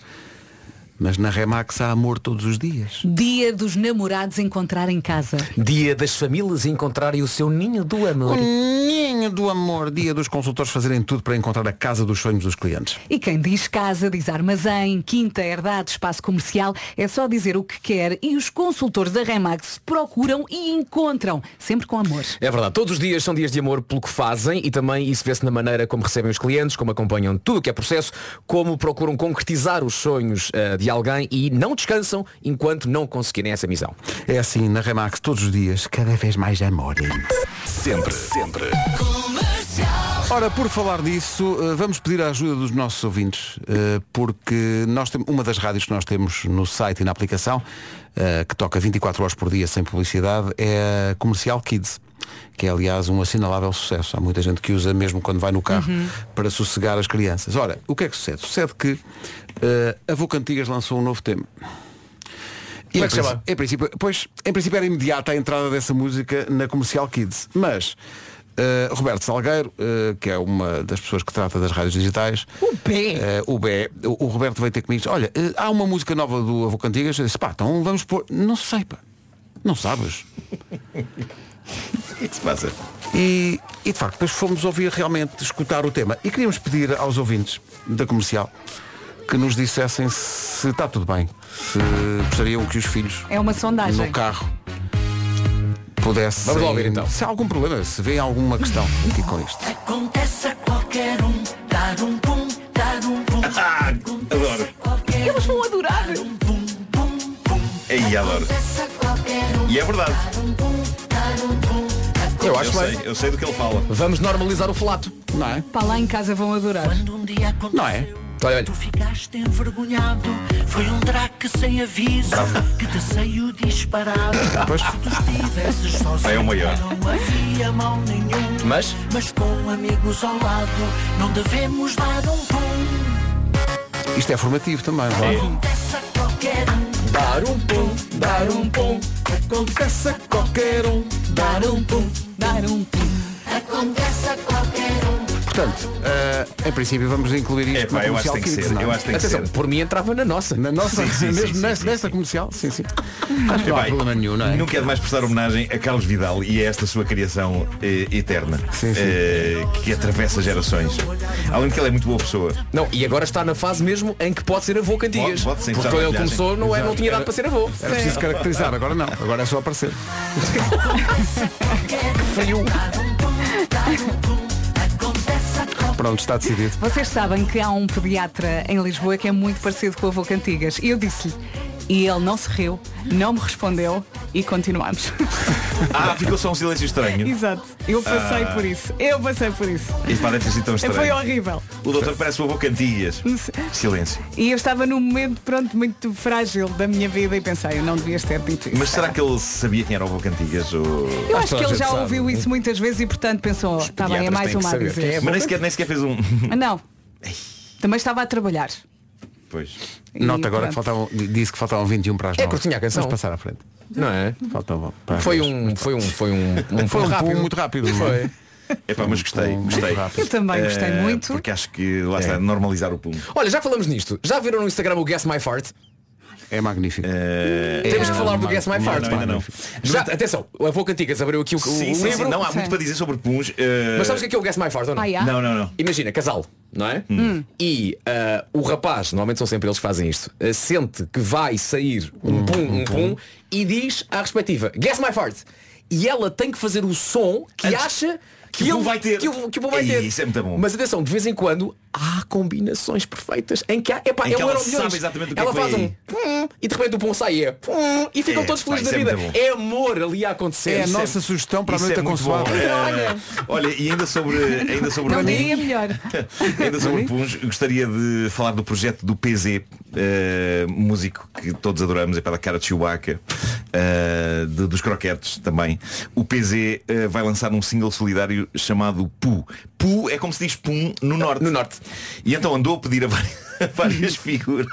S2: mas na Remax há amor todos os dias.
S4: Dia dos namorados encontrar em casa.
S11: Dia das famílias encontrarem o seu ninho do amor.
S2: um Ninho do amor, dia dos consultores fazerem tudo para encontrar a casa dos sonhos dos clientes.
S4: E quem diz casa, diz armazém, quinta, herdade, espaço comercial, é só dizer o que quer e os consultores da Remax procuram e encontram, sempre com amor.
S11: É verdade, todos os dias são dias de amor pelo que fazem e também isso vê-se na maneira como recebem os clientes, como acompanham tudo o que é processo, como procuram concretizar os sonhos eh, de alguém e não descansam enquanto não conseguirem essa missão.
S2: É assim, na Remax, todos os dias, cada vez mais amor.
S7: Sempre, sempre.
S2: Ora, por falar disso, eh, vamos pedir a ajuda dos nossos ouvintes, eh, porque nós temos uma das rádios que nós temos no site e na aplicação, eh, que toca 24 horas por dia sem publicidade, é a Comercial Kids. que é aliás um assinalável sucesso. Há muita gente que usa mesmo quando vai no carro
S11: Uhum.
S2: para sossegar as crianças. Ora, o que é que sucede? Sucede que eh, a Vocantigas lançou um novo tema. E
S11: Como
S2: em
S11: é que se
S2: princ-
S11: chama?
S2: Em princípio, pois, em princípio era imediata a entrada dessa música na Comercial Kids. Mas eh, Roberto Salgueiro, eh, que é uma das pessoas que trata das rádios digitais, o B, o, B o, o Roberto veio ter comigo e disse, olha, eh, há uma música nova do Avô Cantigas, eu disse, pá, então vamos pôr. Não sei, pá. Não sabes.
S14: O que se passa?
S2: E, e de facto, depois fomos ouvir realmente, escutar o tema. E queríamos pedir aos ouvintes da comercial que nos dissessem se está tudo bem, se gostariam que os filhos
S4: É uma sondagem.
S2: no carro pudessem.
S11: Vamos lá ouvir, então.
S2: Se há algum problema, se vê alguma questão aqui com isto.
S18: Acontece a qualquer um. Dar um pum, dar um pum.
S14: Ah, Adoro.
S18: Eles vão adorar.
S14: Ei, adoro. E é verdade. Eu acho eu sei, eu sei do que ele fala.
S11: Vamos normalizar o falato.
S2: Não é?
S4: Pá, lá em casa vão adorar.
S2: Não é?
S11: Olha, olha.
S18: Ficaste envergonhado. Foi um draque sem aviso que te saiu disparado.
S2: Pois.
S18: Se tu estivesses
S14: É
S18: sozinho,
S14: o maior.
S18: não havia mal nenhum.
S11: Mas?
S18: Mas com amigos ao lado, não devemos dar um pum.
S2: Isto é formativo também, não é?
S18: Acontece a qualquer um.
S11: Dar um pum,
S18: dar um pum.
S2: Acontece a qualquer um.
S18: Dar um pum, dar um pum. Acontece a qualquer um.
S2: Portanto, eh, em princípio vamos incluir isto
S14: Epá,
S2: na
S14: eu acho
S2: comercial
S14: que tem que
S2: Kids,
S14: ser,
S2: não é?
S14: eu acho que tem que
S2: Atenção,
S14: ser.
S2: por mim entrava na nossa. Na nossa,
S14: Sim, sim,
S2: [laughs] mesmo
S14: sim,
S2: nesta, nesta comercial, sim, sim. Acho que não há
S14: Epá,
S2: problema nenhum, não é?
S14: Nunca é demais prestar homenagem a Carlos Vidal e a esta sua criação eh, eterna eh, que atravessa gerações. Além de que ele é muito boa [laughs] pessoa.
S11: Não, e agora está na fase mesmo em que pode ser avô cantigas.
S14: Pode- pode, sim,
S11: Porque
S14: já
S11: quando ele
S14: viagem.
S11: começou não, é, não tinha
S14: Era-
S11: dado para ser avô.
S2: Era
S14: é.
S2: preciso caracterizar, agora não. Agora é só aparecer.
S14: um.
S11: Frio.
S2: Pronto, está decidido.
S4: Vocês sabem que há um pediatra em Lisboa que é muito parecido com o avô Cantigas. E eu disse-lhe. E ele não se riu, não me respondeu e continuamos. [laughs]
S14: Ah, ficou só um silêncio estranho.
S4: Exato. Eu passei
S14: Ah.
S4: por isso. Eu passei por isso.
S14: E pá, deve ter sido assim tão estranho.
S4: Foi horrível.
S14: O doutor parece o avô Cantigas. Silêncio.
S4: E eu estava num momento, pronto, muito frágil da minha vida e pensei, eu não devias ter dito isso.
S14: Mas será que ele sabia quem era o avô Cantigas? Ou...
S4: Eu acho que ele já ouviu isso muitas vezes e portanto pensou, está bem, é mais uma a dizer.
S14: Mas nem sequer, nem sequer fez um. [laughs]
S2: é
S4: Ah, Não. Também estava a trabalhar.
S14: Pois.
S2: Nota agora
S4: pronto.
S2: que faltavam, disse que um faltavam 21 para as
S11: É
S2: 9.
S11: que eu tinha a canção.
S2: Vamos passar à frente.
S11: Não é?
S2: Faltavam para as
S11: Foi
S2: 10.
S11: um, foi um, foi um, um
S2: Foi um
S11: pum rápido.
S2: pum muito rápido. não é?
S11: Foi.
S14: Epá, mas gostei, gostei. É.
S4: Eu também gostei
S14: Eh,
S4: muito.
S14: Porque acho que lá está, normalizar o pum.
S11: Olha, já falamos nisto. Já viram no Instagram o Guess My Fart?
S2: É magnífico. É
S11: Temos que falar do
S14: É, Não,
S11: Guess My
S14: não,
S11: Fart.
S14: não,
S11: pá.
S14: ainda não.
S11: Já, atenção, a Avô Cantigas abriu aqui o, o
S14: Sim, sim,
S11: livro.
S14: sim. Não, há muito para dizer sobre puns. eh,
S11: Mas sabes o que é, que é o Guess My Fart ou não?
S4: Ah, já?
S14: Não, não, não.
S11: Imagina, casal, não é?
S14: Hum.
S11: E ah, o rapaz, normalmente são sempre eles que fazem isto, ah, sente que vai sair um
S14: Hum,
S11: pum, um pum, e diz à respectiva, guess my fart. E ela tem que fazer o som que
S14: Antes-
S11: acha
S14: que
S11: que,
S14: o pum
S11: ele-
S14: vai ter.
S11: Que o, que o pum vai
S14: Ei,
S11: ter.
S14: isso é muito bom.
S11: Mas atenção, de vez em quando há combinações perfeitas em que há. Epá,
S14: Em
S11: é
S14: que
S11: um
S14: ela
S11: euro milhões.
S14: sabe exatamente o que é
S11: Ela
S14: que
S11: faz
S14: vem
S11: um pum, e de repente o pum sai e é pum, e ficam
S14: É,
S11: todos felizes
S14: pá,
S11: da
S14: isso é
S11: vida.
S14: muito bom.
S11: É amor ali a acontecer.
S2: É a
S11: Isso
S2: nossa sugestão para a
S14: Isso
S2: noite
S14: é
S2: da
S14: muito bom.
S2: consoada.
S14: Eh,
S11: Olha.
S14: Olha, e ainda sobre ainda
S2: é
S14: sobre
S4: Não
S14: puns,
S4: diria melhor.
S14: ainda sobre puns, gostaria de falar do projeto do PZ, eh, músico que todos adoramos, é pela cara de Chewbacca, eh, de- dos croquetes também. O PZ eh, vai lançar um single solidário chamado Pu. Pu é como se diz Pum no norte. No norte. E então andou a pedir a várias, [laughs] a várias figuras.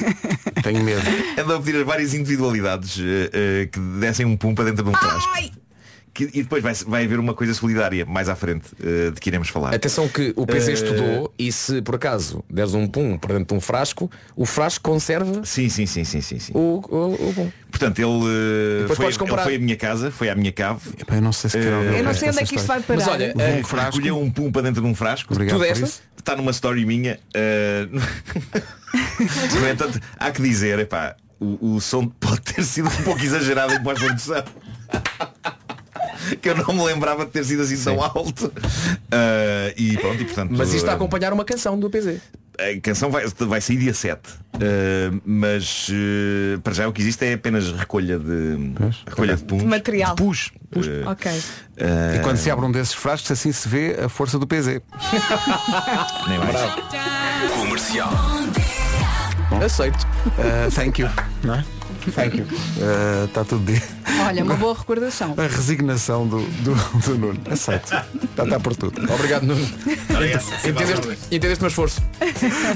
S2: [laughs] Tenho medo.
S14: Andou a pedir a várias individualidades eh, eh, que dessem um pum para dentro de um frasco. Que- e depois vai, vai haver uma coisa solidária mais à frente eh, de que iremos falar.
S11: Atenção que o PZ
S14: Eh,
S11: estudou e se por acaso deres um pum para dentro de um frasco, o frasco conserva
S14: Sim, sim, sim, sim, sim, sim.
S11: o, o, o pum.
S14: Portanto, ele, eh,
S11: Depois
S14: foi,
S11: podes comprar.
S14: ele foi à minha casa, foi à minha cave.
S2: eu não sei se quero ouvir
S4: Eu não sei onde é que isto vai parar.
S11: Mas olha,
S14: eh,
S11: um frasco.
S14: recolheu um pum para dentro de um frasco.
S2: Obrigado
S11: Tu
S2: por
S11: deste?
S2: isso.
S14: Está numa story minha. eh, [laughs] No entanto, há que dizer, epá, o, o som pode ter sido um pouco exagerado em pós-produção. Que eu não me lembrava de ter sido assim tão alto. Eh, e pronto, e portanto.
S11: Mas isto está a
S14: eh,
S11: acompanhar uma canção do PZ.
S14: A canção vai, vai sair dia 7 uh, Mas uh, para já o que existe é apenas recolha de Recolha de eh, pum
S4: De material.
S14: Pus, Pus.
S4: Ok.
S2: E quando se abre um desses frascos, assim se vê a força do PZ.
S14: Nem mais
S11: Aceito.
S2: Uh, thank Eh, you. Não é? Thank you. Eh, Está tudo dito.
S4: Olha, uma boa recordação.
S2: A resignação do, do, do Nuno. Aceito. Está, está por tudo.
S11: eh, Obrigado, Nuno. Entendeste, entendeste o meu esforço.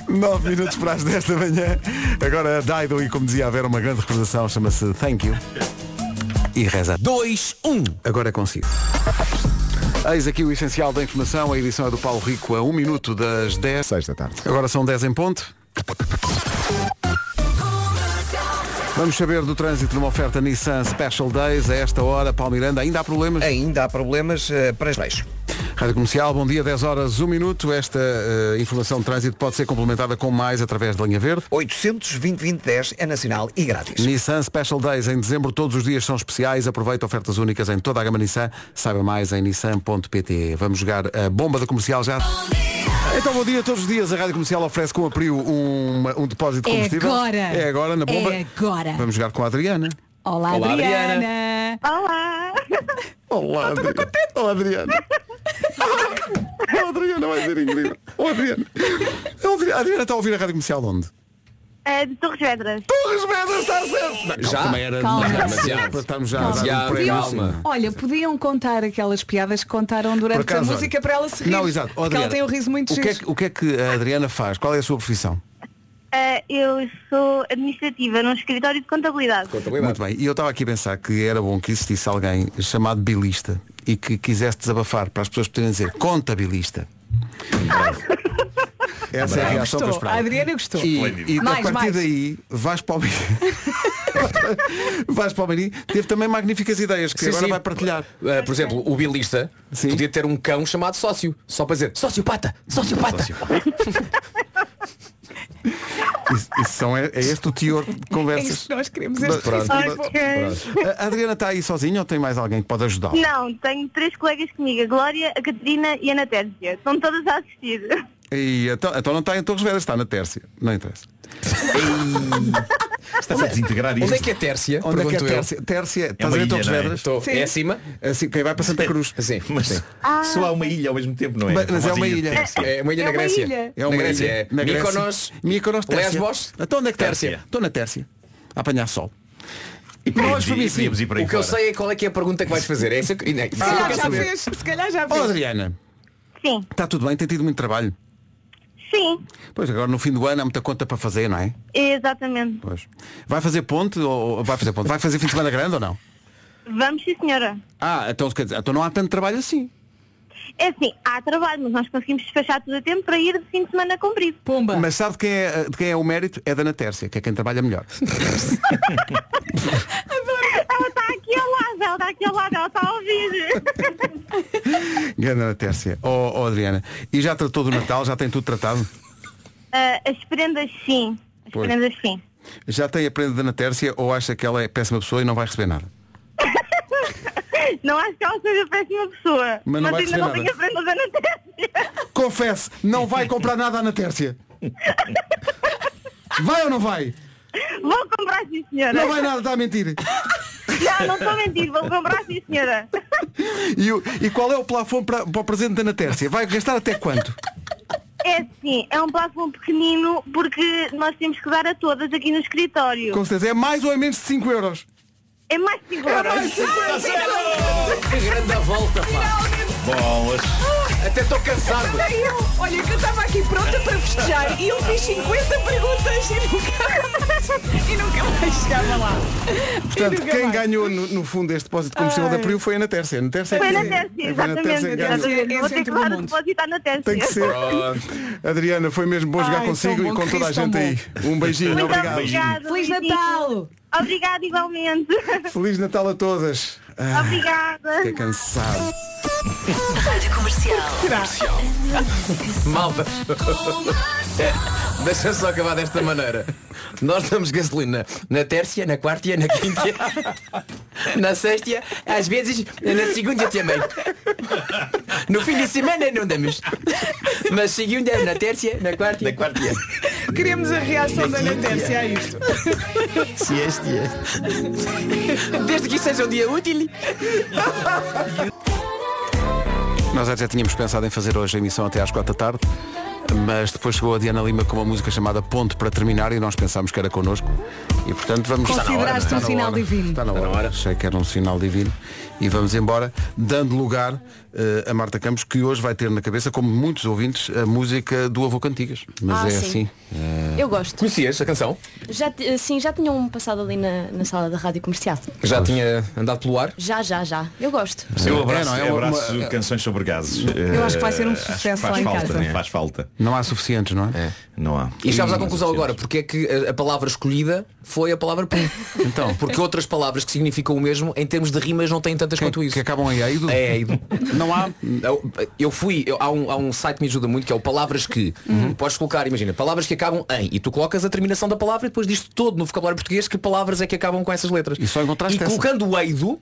S2: 9 minutos para as 10 da manhã. Agora a Daido e como dizia a Vera, uma grande recordação, chama-se Thank You. E reza 2, 1. Agora é consigo. Eis aqui o essencial da informação. A edição é do Paulo Rico a 1 minuto das 10.
S16: 6 da tarde.
S2: Agora são 10 em ponto. Vamos saber do trânsito numa oferta Nissan Special Days. A esta hora, Paulo Miranda, ainda há problemas?
S11: É.
S3: Ainda há problemas eh, para as leis.
S2: Rádio Comercial, bom dia, 10 horas, 1 minuto. Esta eh, informação de trânsito pode ser complementada com mais através da linha verde.
S3: 820-2010 é nacional e grátis.
S2: Nissan Special Days em dezembro, todos os dias são especiais. Aproveita ofertas únicas em toda a gama Nissan. Saiba mais em nissan.pt. Vamos jogar a bomba da comercial já. Então, bom dia. Todos os dias a Rádio Comercial oferece com apriu um, um depósito de
S4: É
S2: combustível.
S4: agora.
S2: É agora na bomba.
S4: É agora.
S2: Vamos jogar com a Adriana.
S4: Olá,
S2: Olá,
S4: Adriana.
S13: Olá.
S2: Olá, Adriana. Olá, Adriana. Olá, Adriana, vai ser incrível. Olá, Adriana. A Adriana está a ouvir a Rádio Comercial de onde?
S13: É de Torres Vedras.
S2: Torres Vedras está certo.
S11: Já?
S2: Também era
S4: Calma.
S2: demasiado para estarmos já a dar um
S11: Calma.
S2: prémio.
S11: Calma.
S2: assim.
S4: Olha, podiam contar aquelas piadas que contaram durante
S2: Por acaso,
S4: a música para ela se rir.
S2: Não, exato. Ó,
S4: Porque ela
S2: Adriana,
S4: tem um riso muito
S2: o que, é
S4: giro.
S2: que, o que é que a Adriana faz? Qual é a sua profissão?
S13: Ah, eu sou administrativa num escritório de contabilidade.
S2: Muito bem. E eu estava aqui a pensar que era bom que existisse alguém chamado bilista e que quisesse desabafar para as pessoas poderem dizer
S4: [laughs]
S2: contabilista. Essa é a
S4: Ah,
S2: reação que eu
S4: gostou.
S2: esperava.
S4: A Adriana gostou.
S2: E, e
S4: mais,
S2: a partir
S4: mais.
S2: daí vais para o Miri. [laughs] vais para o Miri. Teve também magníficas ideias que
S11: Sim,
S2: agora
S11: sim.
S2: vai partilhar.
S11: Uh, por exemplo, o bilista podia ter um cão chamado sócio, só para dizer sociopata, sociopata.
S2: Isso, isso são, é, é este o teor de
S4: [laughs] É
S2: conversas.
S4: isso que nós queremos. Este
S2: Pronto.
S4: festival.
S13: Ok.
S2: A Adriana está aí sozinha ou tem mais alguém que pode ajudá-la?
S13: Não, tenho três colegas comigo, a Glória, a Catarina e a Ana Tércia. Estão todas a assistir.
S2: E então, então não está em Torres Vedras, está na Tércia. Não interessa.
S14: Está-se a desintegrar
S11: Onde
S14: isto.
S11: é que é Tércia?
S2: Onde é que é
S11: Pergunto eu.
S2: Tércia? Tércia,
S14: É
S2: estás
S14: uma
S2: a ver
S14: ilha,
S2: Torres
S14: não é?
S2: Vedras?
S11: Estou. É acima?
S2: Assim, quem vai para Santa Cruz.
S11: Sim,
S14: Mas só há uma ilha ao mesmo tempo, não é?
S2: Mas, mas é uma ilha.
S11: É uma ilha na Grécia.
S2: É uma
S11: na Grécia.
S2: ilha.
S11: É.
S2: Na Grécia.
S11: Mykonos.
S2: Mykonos, Tércia.
S11: Lesbos.
S2: Então onde é que Tércia?
S11: Tércia.
S2: Estou na Tércia. A apanhar sol.
S14: E podíamos
S2: Nós para
S14: ir-
S2: mim
S14: e
S2: sim.
S14: podíamos ir para aí
S11: O que eu
S14: fora.
S11: sei é qual é que é a pergunta que vais fazer. É essa que... não, isso
S4: Se
S11: eu
S4: calhar
S11: quero
S4: já
S11: saber.
S4: fez. Se calhar já
S2: Ó
S4: fez.
S2: Oh, Adriana,
S13: Sim,
S2: está tudo bem? Tem tido muito trabalho?
S13: sim,
S2: Pois agora no fim do ano há muita conta para fazer, não é?
S13: exatamente.
S2: Pois. Vai fazer ponte ou ou vai fazer ponte? Vai fazer fim de semana grande ou não?
S13: Vamos, sim, senhora.
S2: Ah, então, quer dizer, então não há tanto trabalho assim.
S13: É assim, há trabalho, mas nós conseguimos despachar tudo a tempo para ir de fim de semana comprido.
S4: Pumba.
S2: Mas sabe de quem é, de quem é o mérito? É da Ana Tércia, que é quem trabalha melhor.
S13: Ela está aqui ao lado, ela está aqui ao lado, ela está a ouvir.
S2: Grande Ana Tércia. Oh, oh, Adriana. E já tratou do Natal? Já tem tudo tratado?
S13: Ah, as prendas, sim. As
S2: Pois.
S13: prendas, sim.
S2: Já tem a prenda da Ana Tércia ou acha que ela é péssima pessoa e não vai receber nada?
S13: Não acho que ela seja péssima pessoa.
S2: Mas não vai
S13: ainda não
S2: receber
S13: tenho a prenda da Ana Tércia.
S2: [laughs] Confesse, não vai comprar nada à Ana Tércia. Vai ou não vai?
S13: Vou comprar, sim, senhora.
S2: Não vai nada, está a mentir.
S13: Não, não estou a mentir, vou comprar, sim, senhora.
S2: E, o- e qual é o plafond para, para o presente da Ana Tércia? Vai gastar até quanto?
S13: É assim, é um plafond pequenino porque nós temos que dar a todas aqui no escritório.
S2: Com certeza, é mais ou é menos de 5 euros.
S13: É mais de 5 euros.
S11: Que grande volta, pá.
S14: Bolas.
S11: Até estou cansado.
S4: Olha, eu, olha que eu estava aqui pronta para festejar e eu fiz 50 perguntas e nunca, [laughs] e nunca mais chegava lá.
S2: Portanto,
S4: nunca
S2: quem
S4: mais.
S2: ganhou no, no fundo este depósito de combustível da Priu foi a Ana Tércia. Ana Tércia
S13: Foi na
S2: que-
S13: Tércia,
S2: É, foi a Ana Tércia
S13: exatamente.
S2: que ganhou.
S13: exatamente.
S4: É
S13: Vou
S4: centro
S13: ter que
S4: do
S13: dar o
S4: mundo.
S13: depositar na Tércia.
S2: Tem que ser. Adriana, foi mesmo bom jogar
S4: Ai,
S2: consigo
S4: tão
S2: e
S4: bom,
S2: com toda a
S4: Cris, tão
S2: gente aí. Um beijinho,
S13: Muito
S2: obrigado.
S13: obrigado.
S4: Feliz
S13: beijinho.
S4: Natal!
S13: Obrigada igualmente.
S2: Feliz Natal a todas. Ah,
S13: Obrigada.
S2: que cansado.
S18: Rádio comercial.
S11: Malta. É, Deixa só acabar desta maneira. Nós damos gasolina na tércia, na quarta, na quinta,
S4: [laughs]
S11: na sexta, às vezes na segunda também. No fim de semana não damos. Na segunda, na tércia, na quarta.
S14: Na quarta.
S4: Queremos a reação da Natércia
S19: é
S4: a isto.
S14: Se este é.
S11: Desde que seja um dia útil.
S2: Nós já tínhamos pensado em fazer hoje a emissão até às 4 da tarde. mas depois chegou a Diana Lima com uma música chamada Ponto para Terminar e nós pensámos que era connosco. E portanto vamos.
S4: Está na hora, Consideraste um
S2: Está na
S4: sinal
S2: hora.
S4: divino.
S2: Está na hora. Achei que era um sinal divino. E vamos embora, dando lugar eh, a Marta Campos, que hoje vai ter na cabeça, como muitos ouvintes, a música do Avô Cantigas. Mas
S19: Ah,
S2: é
S19: sim.
S2: assim. eh,
S19: Eu gosto.
S11: Conhecias a canção?
S19: Já, ti- sim, já tinham passado ali na, na sala da rádio comercial.
S11: Já tinha andado pelo ar?
S19: Já, já, já. Eu gosto.
S14: Eu abraço,
S2: É, não, é
S14: eu
S2: uma-
S14: abraço
S2: uma-
S14: canções sobre gases.
S19: Eu acho que vai
S14: Eh,
S19: ser um
S14: acho que
S19: sucesso
S14: faz
S19: lá em
S14: falta,
S19: casa.
S14: né? Faz falta.
S2: Não há suficientes, não é?
S14: Não há.
S11: E chegámos à conclusão agora, porque é que a, a palavra escolhida foi a palavra
S2: [laughs]
S11: pum. Então. Porque outras palavras que significam o mesmo, em termos de rimas, não têm tantas quanto isso. Que
S2: acabam em eido?
S11: É eido.
S2: Não há.
S11: [laughs] Eu, eu fui, eu- há, um, há um site que me ajuda muito, que é o Palavras que.
S2: Uhum.
S11: Podes colocar, imagina, palavras que acabam em. E tu colocas a terminação da palavra e depois diz todo no vocabulário português que palavras é que acabam com essas letras. E
S2: só encontraste
S11: E
S2: essa.
S11: colocando o eido,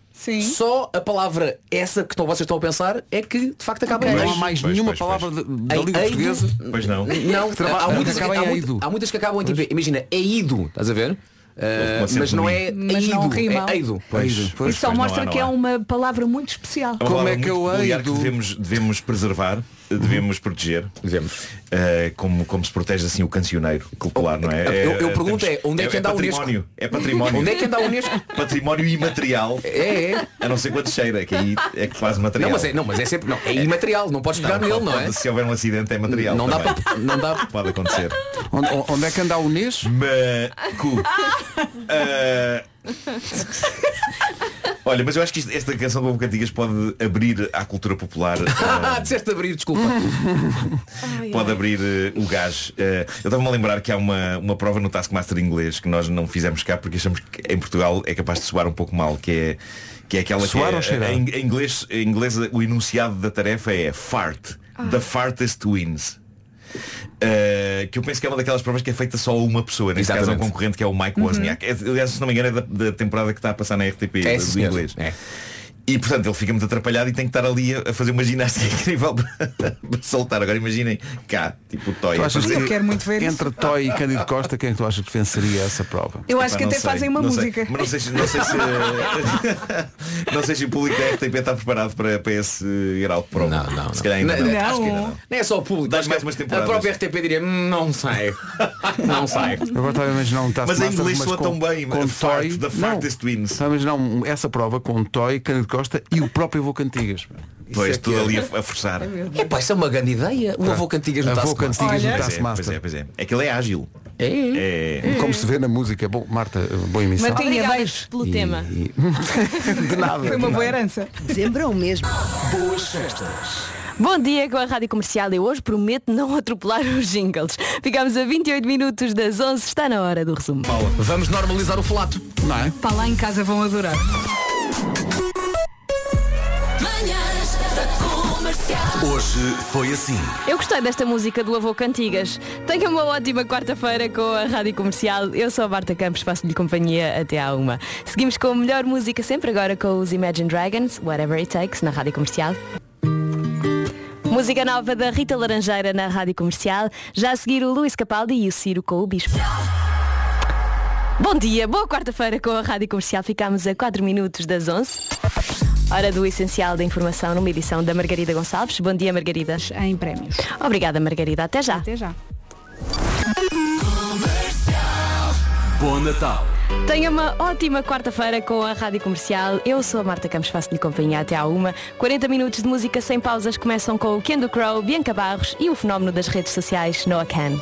S11: só a palavra essa que estão, vocês estão a pensar é que de facto acaba em
S2: Não
S11: eido.
S2: há mais nenhuma palavra de- da
S11: Em
S2: língua
S11: eido?
S2: portuguesa.
S14: Pois não.
S11: Não,
S2: Que trabalha-
S11: há,
S2: que
S11: muitas,
S2: acaba em
S11: há
S14: é
S11: muito-
S2: eido.
S11: há muitas que acabam em tipo, imagina, é ido, estás a ver? Eh,
S2: Com acento
S11: mas não é
S4: Mas não
S11: eido,
S4: rima.
S11: é eido.
S2: Pois,
S14: pois,
S4: Isso só
S14: pois, não
S4: mostra
S14: há, não
S4: que é
S14: há.
S4: uma palavra muito especial.
S14: É uma palavra muito peculiar que devemos, devemos preservar, eh, devemos proteger. Eh,
S11: Devemos.
S14: como, como se protege assim o cancioneiro popular, não é?
S11: eu-
S14: É,
S11: eu
S14: eh,
S11: pergunto é, onde é que anda a Unesco?
S14: património, É património.
S11: Onde é que anda a Unesco?
S14: Património imaterial.
S11: É, é.
S14: A não ser quando cheira, que aí é que faz material. Então,
S11: Não, mas é, não, mas é sempre. Não, é imaterial, não podes pegar nele, não é?
S14: pode- Se houver um acidente é material.
S11: Não dá
S14: também.
S11: para. Não dá.
S14: Pode acontecer.
S2: Onde, onde é que anda o Nes?
S11: [laughs]
S14: Macu. Ah, olha, mas eu acho que isto- esta canção do Ovo Cantigas pode abrir à cultura
S11: [laughs]
S14: popular. [laughs] ah,
S11: Disseste abrir, desculpa.
S14: pode abrir eh, o gás. Eh, eu estava-me a lembrar que há uma, uma prova no Taskmaster inglês que nós não fizemos cá porque achamos que em Portugal é capaz de soar um pouco mal, que é, que é aquela
S2: Soar
S14: que é,
S2: ou cheirar?
S14: em, em inglês, em inglês o enunciado da tarefa é fart. The fartest wins. Eh, que eu penso que é uma daquelas provas que é feita só a uma pessoa, neste caso é um
S11: Exatamente.
S14: concorrente que é o Mike Wozniak. É, aliás, se não me engano, é da, da temporada que está a passar na RTP
S11: É,
S14: do
S11: sim, senhor.
S14: inglês. E portanto ele fica muito atrapalhado e tem que estar ali a a fazer uma ginástica [laughs] incrível para para soltar. Agora imaginem cá, tipo o Toy.
S2: Tu
S14: a
S2: achas
S14: fazer-
S2: que entre Toy e Cândido Costa, quem é que tu achas que venceria essa prova?
S4: Eu acho
S14: Epá,
S4: que
S14: não
S4: até
S14: sei,
S4: fazem uma
S14: não sei.
S4: música.
S14: Mas não sei, se- não sei
S4: [laughs]
S14: se não sei se o público da RTP está preparado para, para esse grau de prova. Não, não. Se calhar ainda não. Acho que ainda não.
S11: é só o público.
S14: Dás
S11: acho
S14: mais
S11: que
S14: umas
S11: a
S14: temporadas.
S11: própria RTP diria, "Hum, não
S14: [laughs]
S11: sai. Não sai.
S2: Agora estava a imaginar um
S14: Mas
S2: Taskmaster
S14: em inglês soa
S2: com-
S14: tão bem,
S2: com
S14: fart,
S2: Toy.
S14: the
S2: Não,
S14: fartest wins.
S2: Estava a imaginar um- essa prova com Toy, Cândido Costa e o próprio Vô Cantigas.
S14: Pois,
S2: Isso é que
S14: tudo
S2: é.
S14: ali Tá. a, a forçar.
S11: É pá, isso é uma grande ideia. O avô cantigas no
S2: Avô
S11: Taskmaster.
S2: Cantigas no
S11: Olha.
S2: Taskmaster.
S14: Pois é, pois é. É que ele é ágil.
S2: É. Como se vê na música. Bom, Marta, boa emissão.
S4: Martinha,
S19: Obrigada
S4: beijo.
S19: pelo tema.
S2: De nada.
S4: Foi uma boa herança.
S19: Dezembro é o mesmo.
S4: Boas festas.
S19: Bom dia com a Rádio Comercial. Eu hoje prometo não [laughs] atropelar os jingles. Ficamos a 28 minutos das 11. Está na hora do resumo.
S11: Vamos normalizar o flato, não é?
S4: Para lá em casa vão adorar.
S7: Hoje foi assim.
S19: Eu gostei desta música do Avô Cantigas. Tenha uma ótima quarta-feira com a Rádio Comercial. Eu sou a Marta Campos, faço-lhe companhia até à uma. Seguimos com a melhor música sempre agora com os Imagine Dragons, Whatever It Takes, na Rádio Comercial. Música nova da Rita Laranjeira na Rádio Comercial. Já a seguir o Luís Capaldi e o Ciro com o Bispo. Bom dia, boa quarta-feira com a Rádio Comercial. Ficámos a 4 minutos das 11. Hora do Essencial da Informação numa edição da Margarida Gonçalves. Bom dia, Margarida. Em prémios. Obrigada, Margarida. Até
S4: Tá.
S19: já. Até já.
S7: Bom Natal.
S19: Tenha uma ótima quarta-feira com a Rádio Comercial. Eu sou a Marta Campos, faço-lhe companhia até à uma. 40 minutos de música sem pausas começam com o Kendo Crow, Bianca Barros e o fenómeno das redes sociais Noah Khan.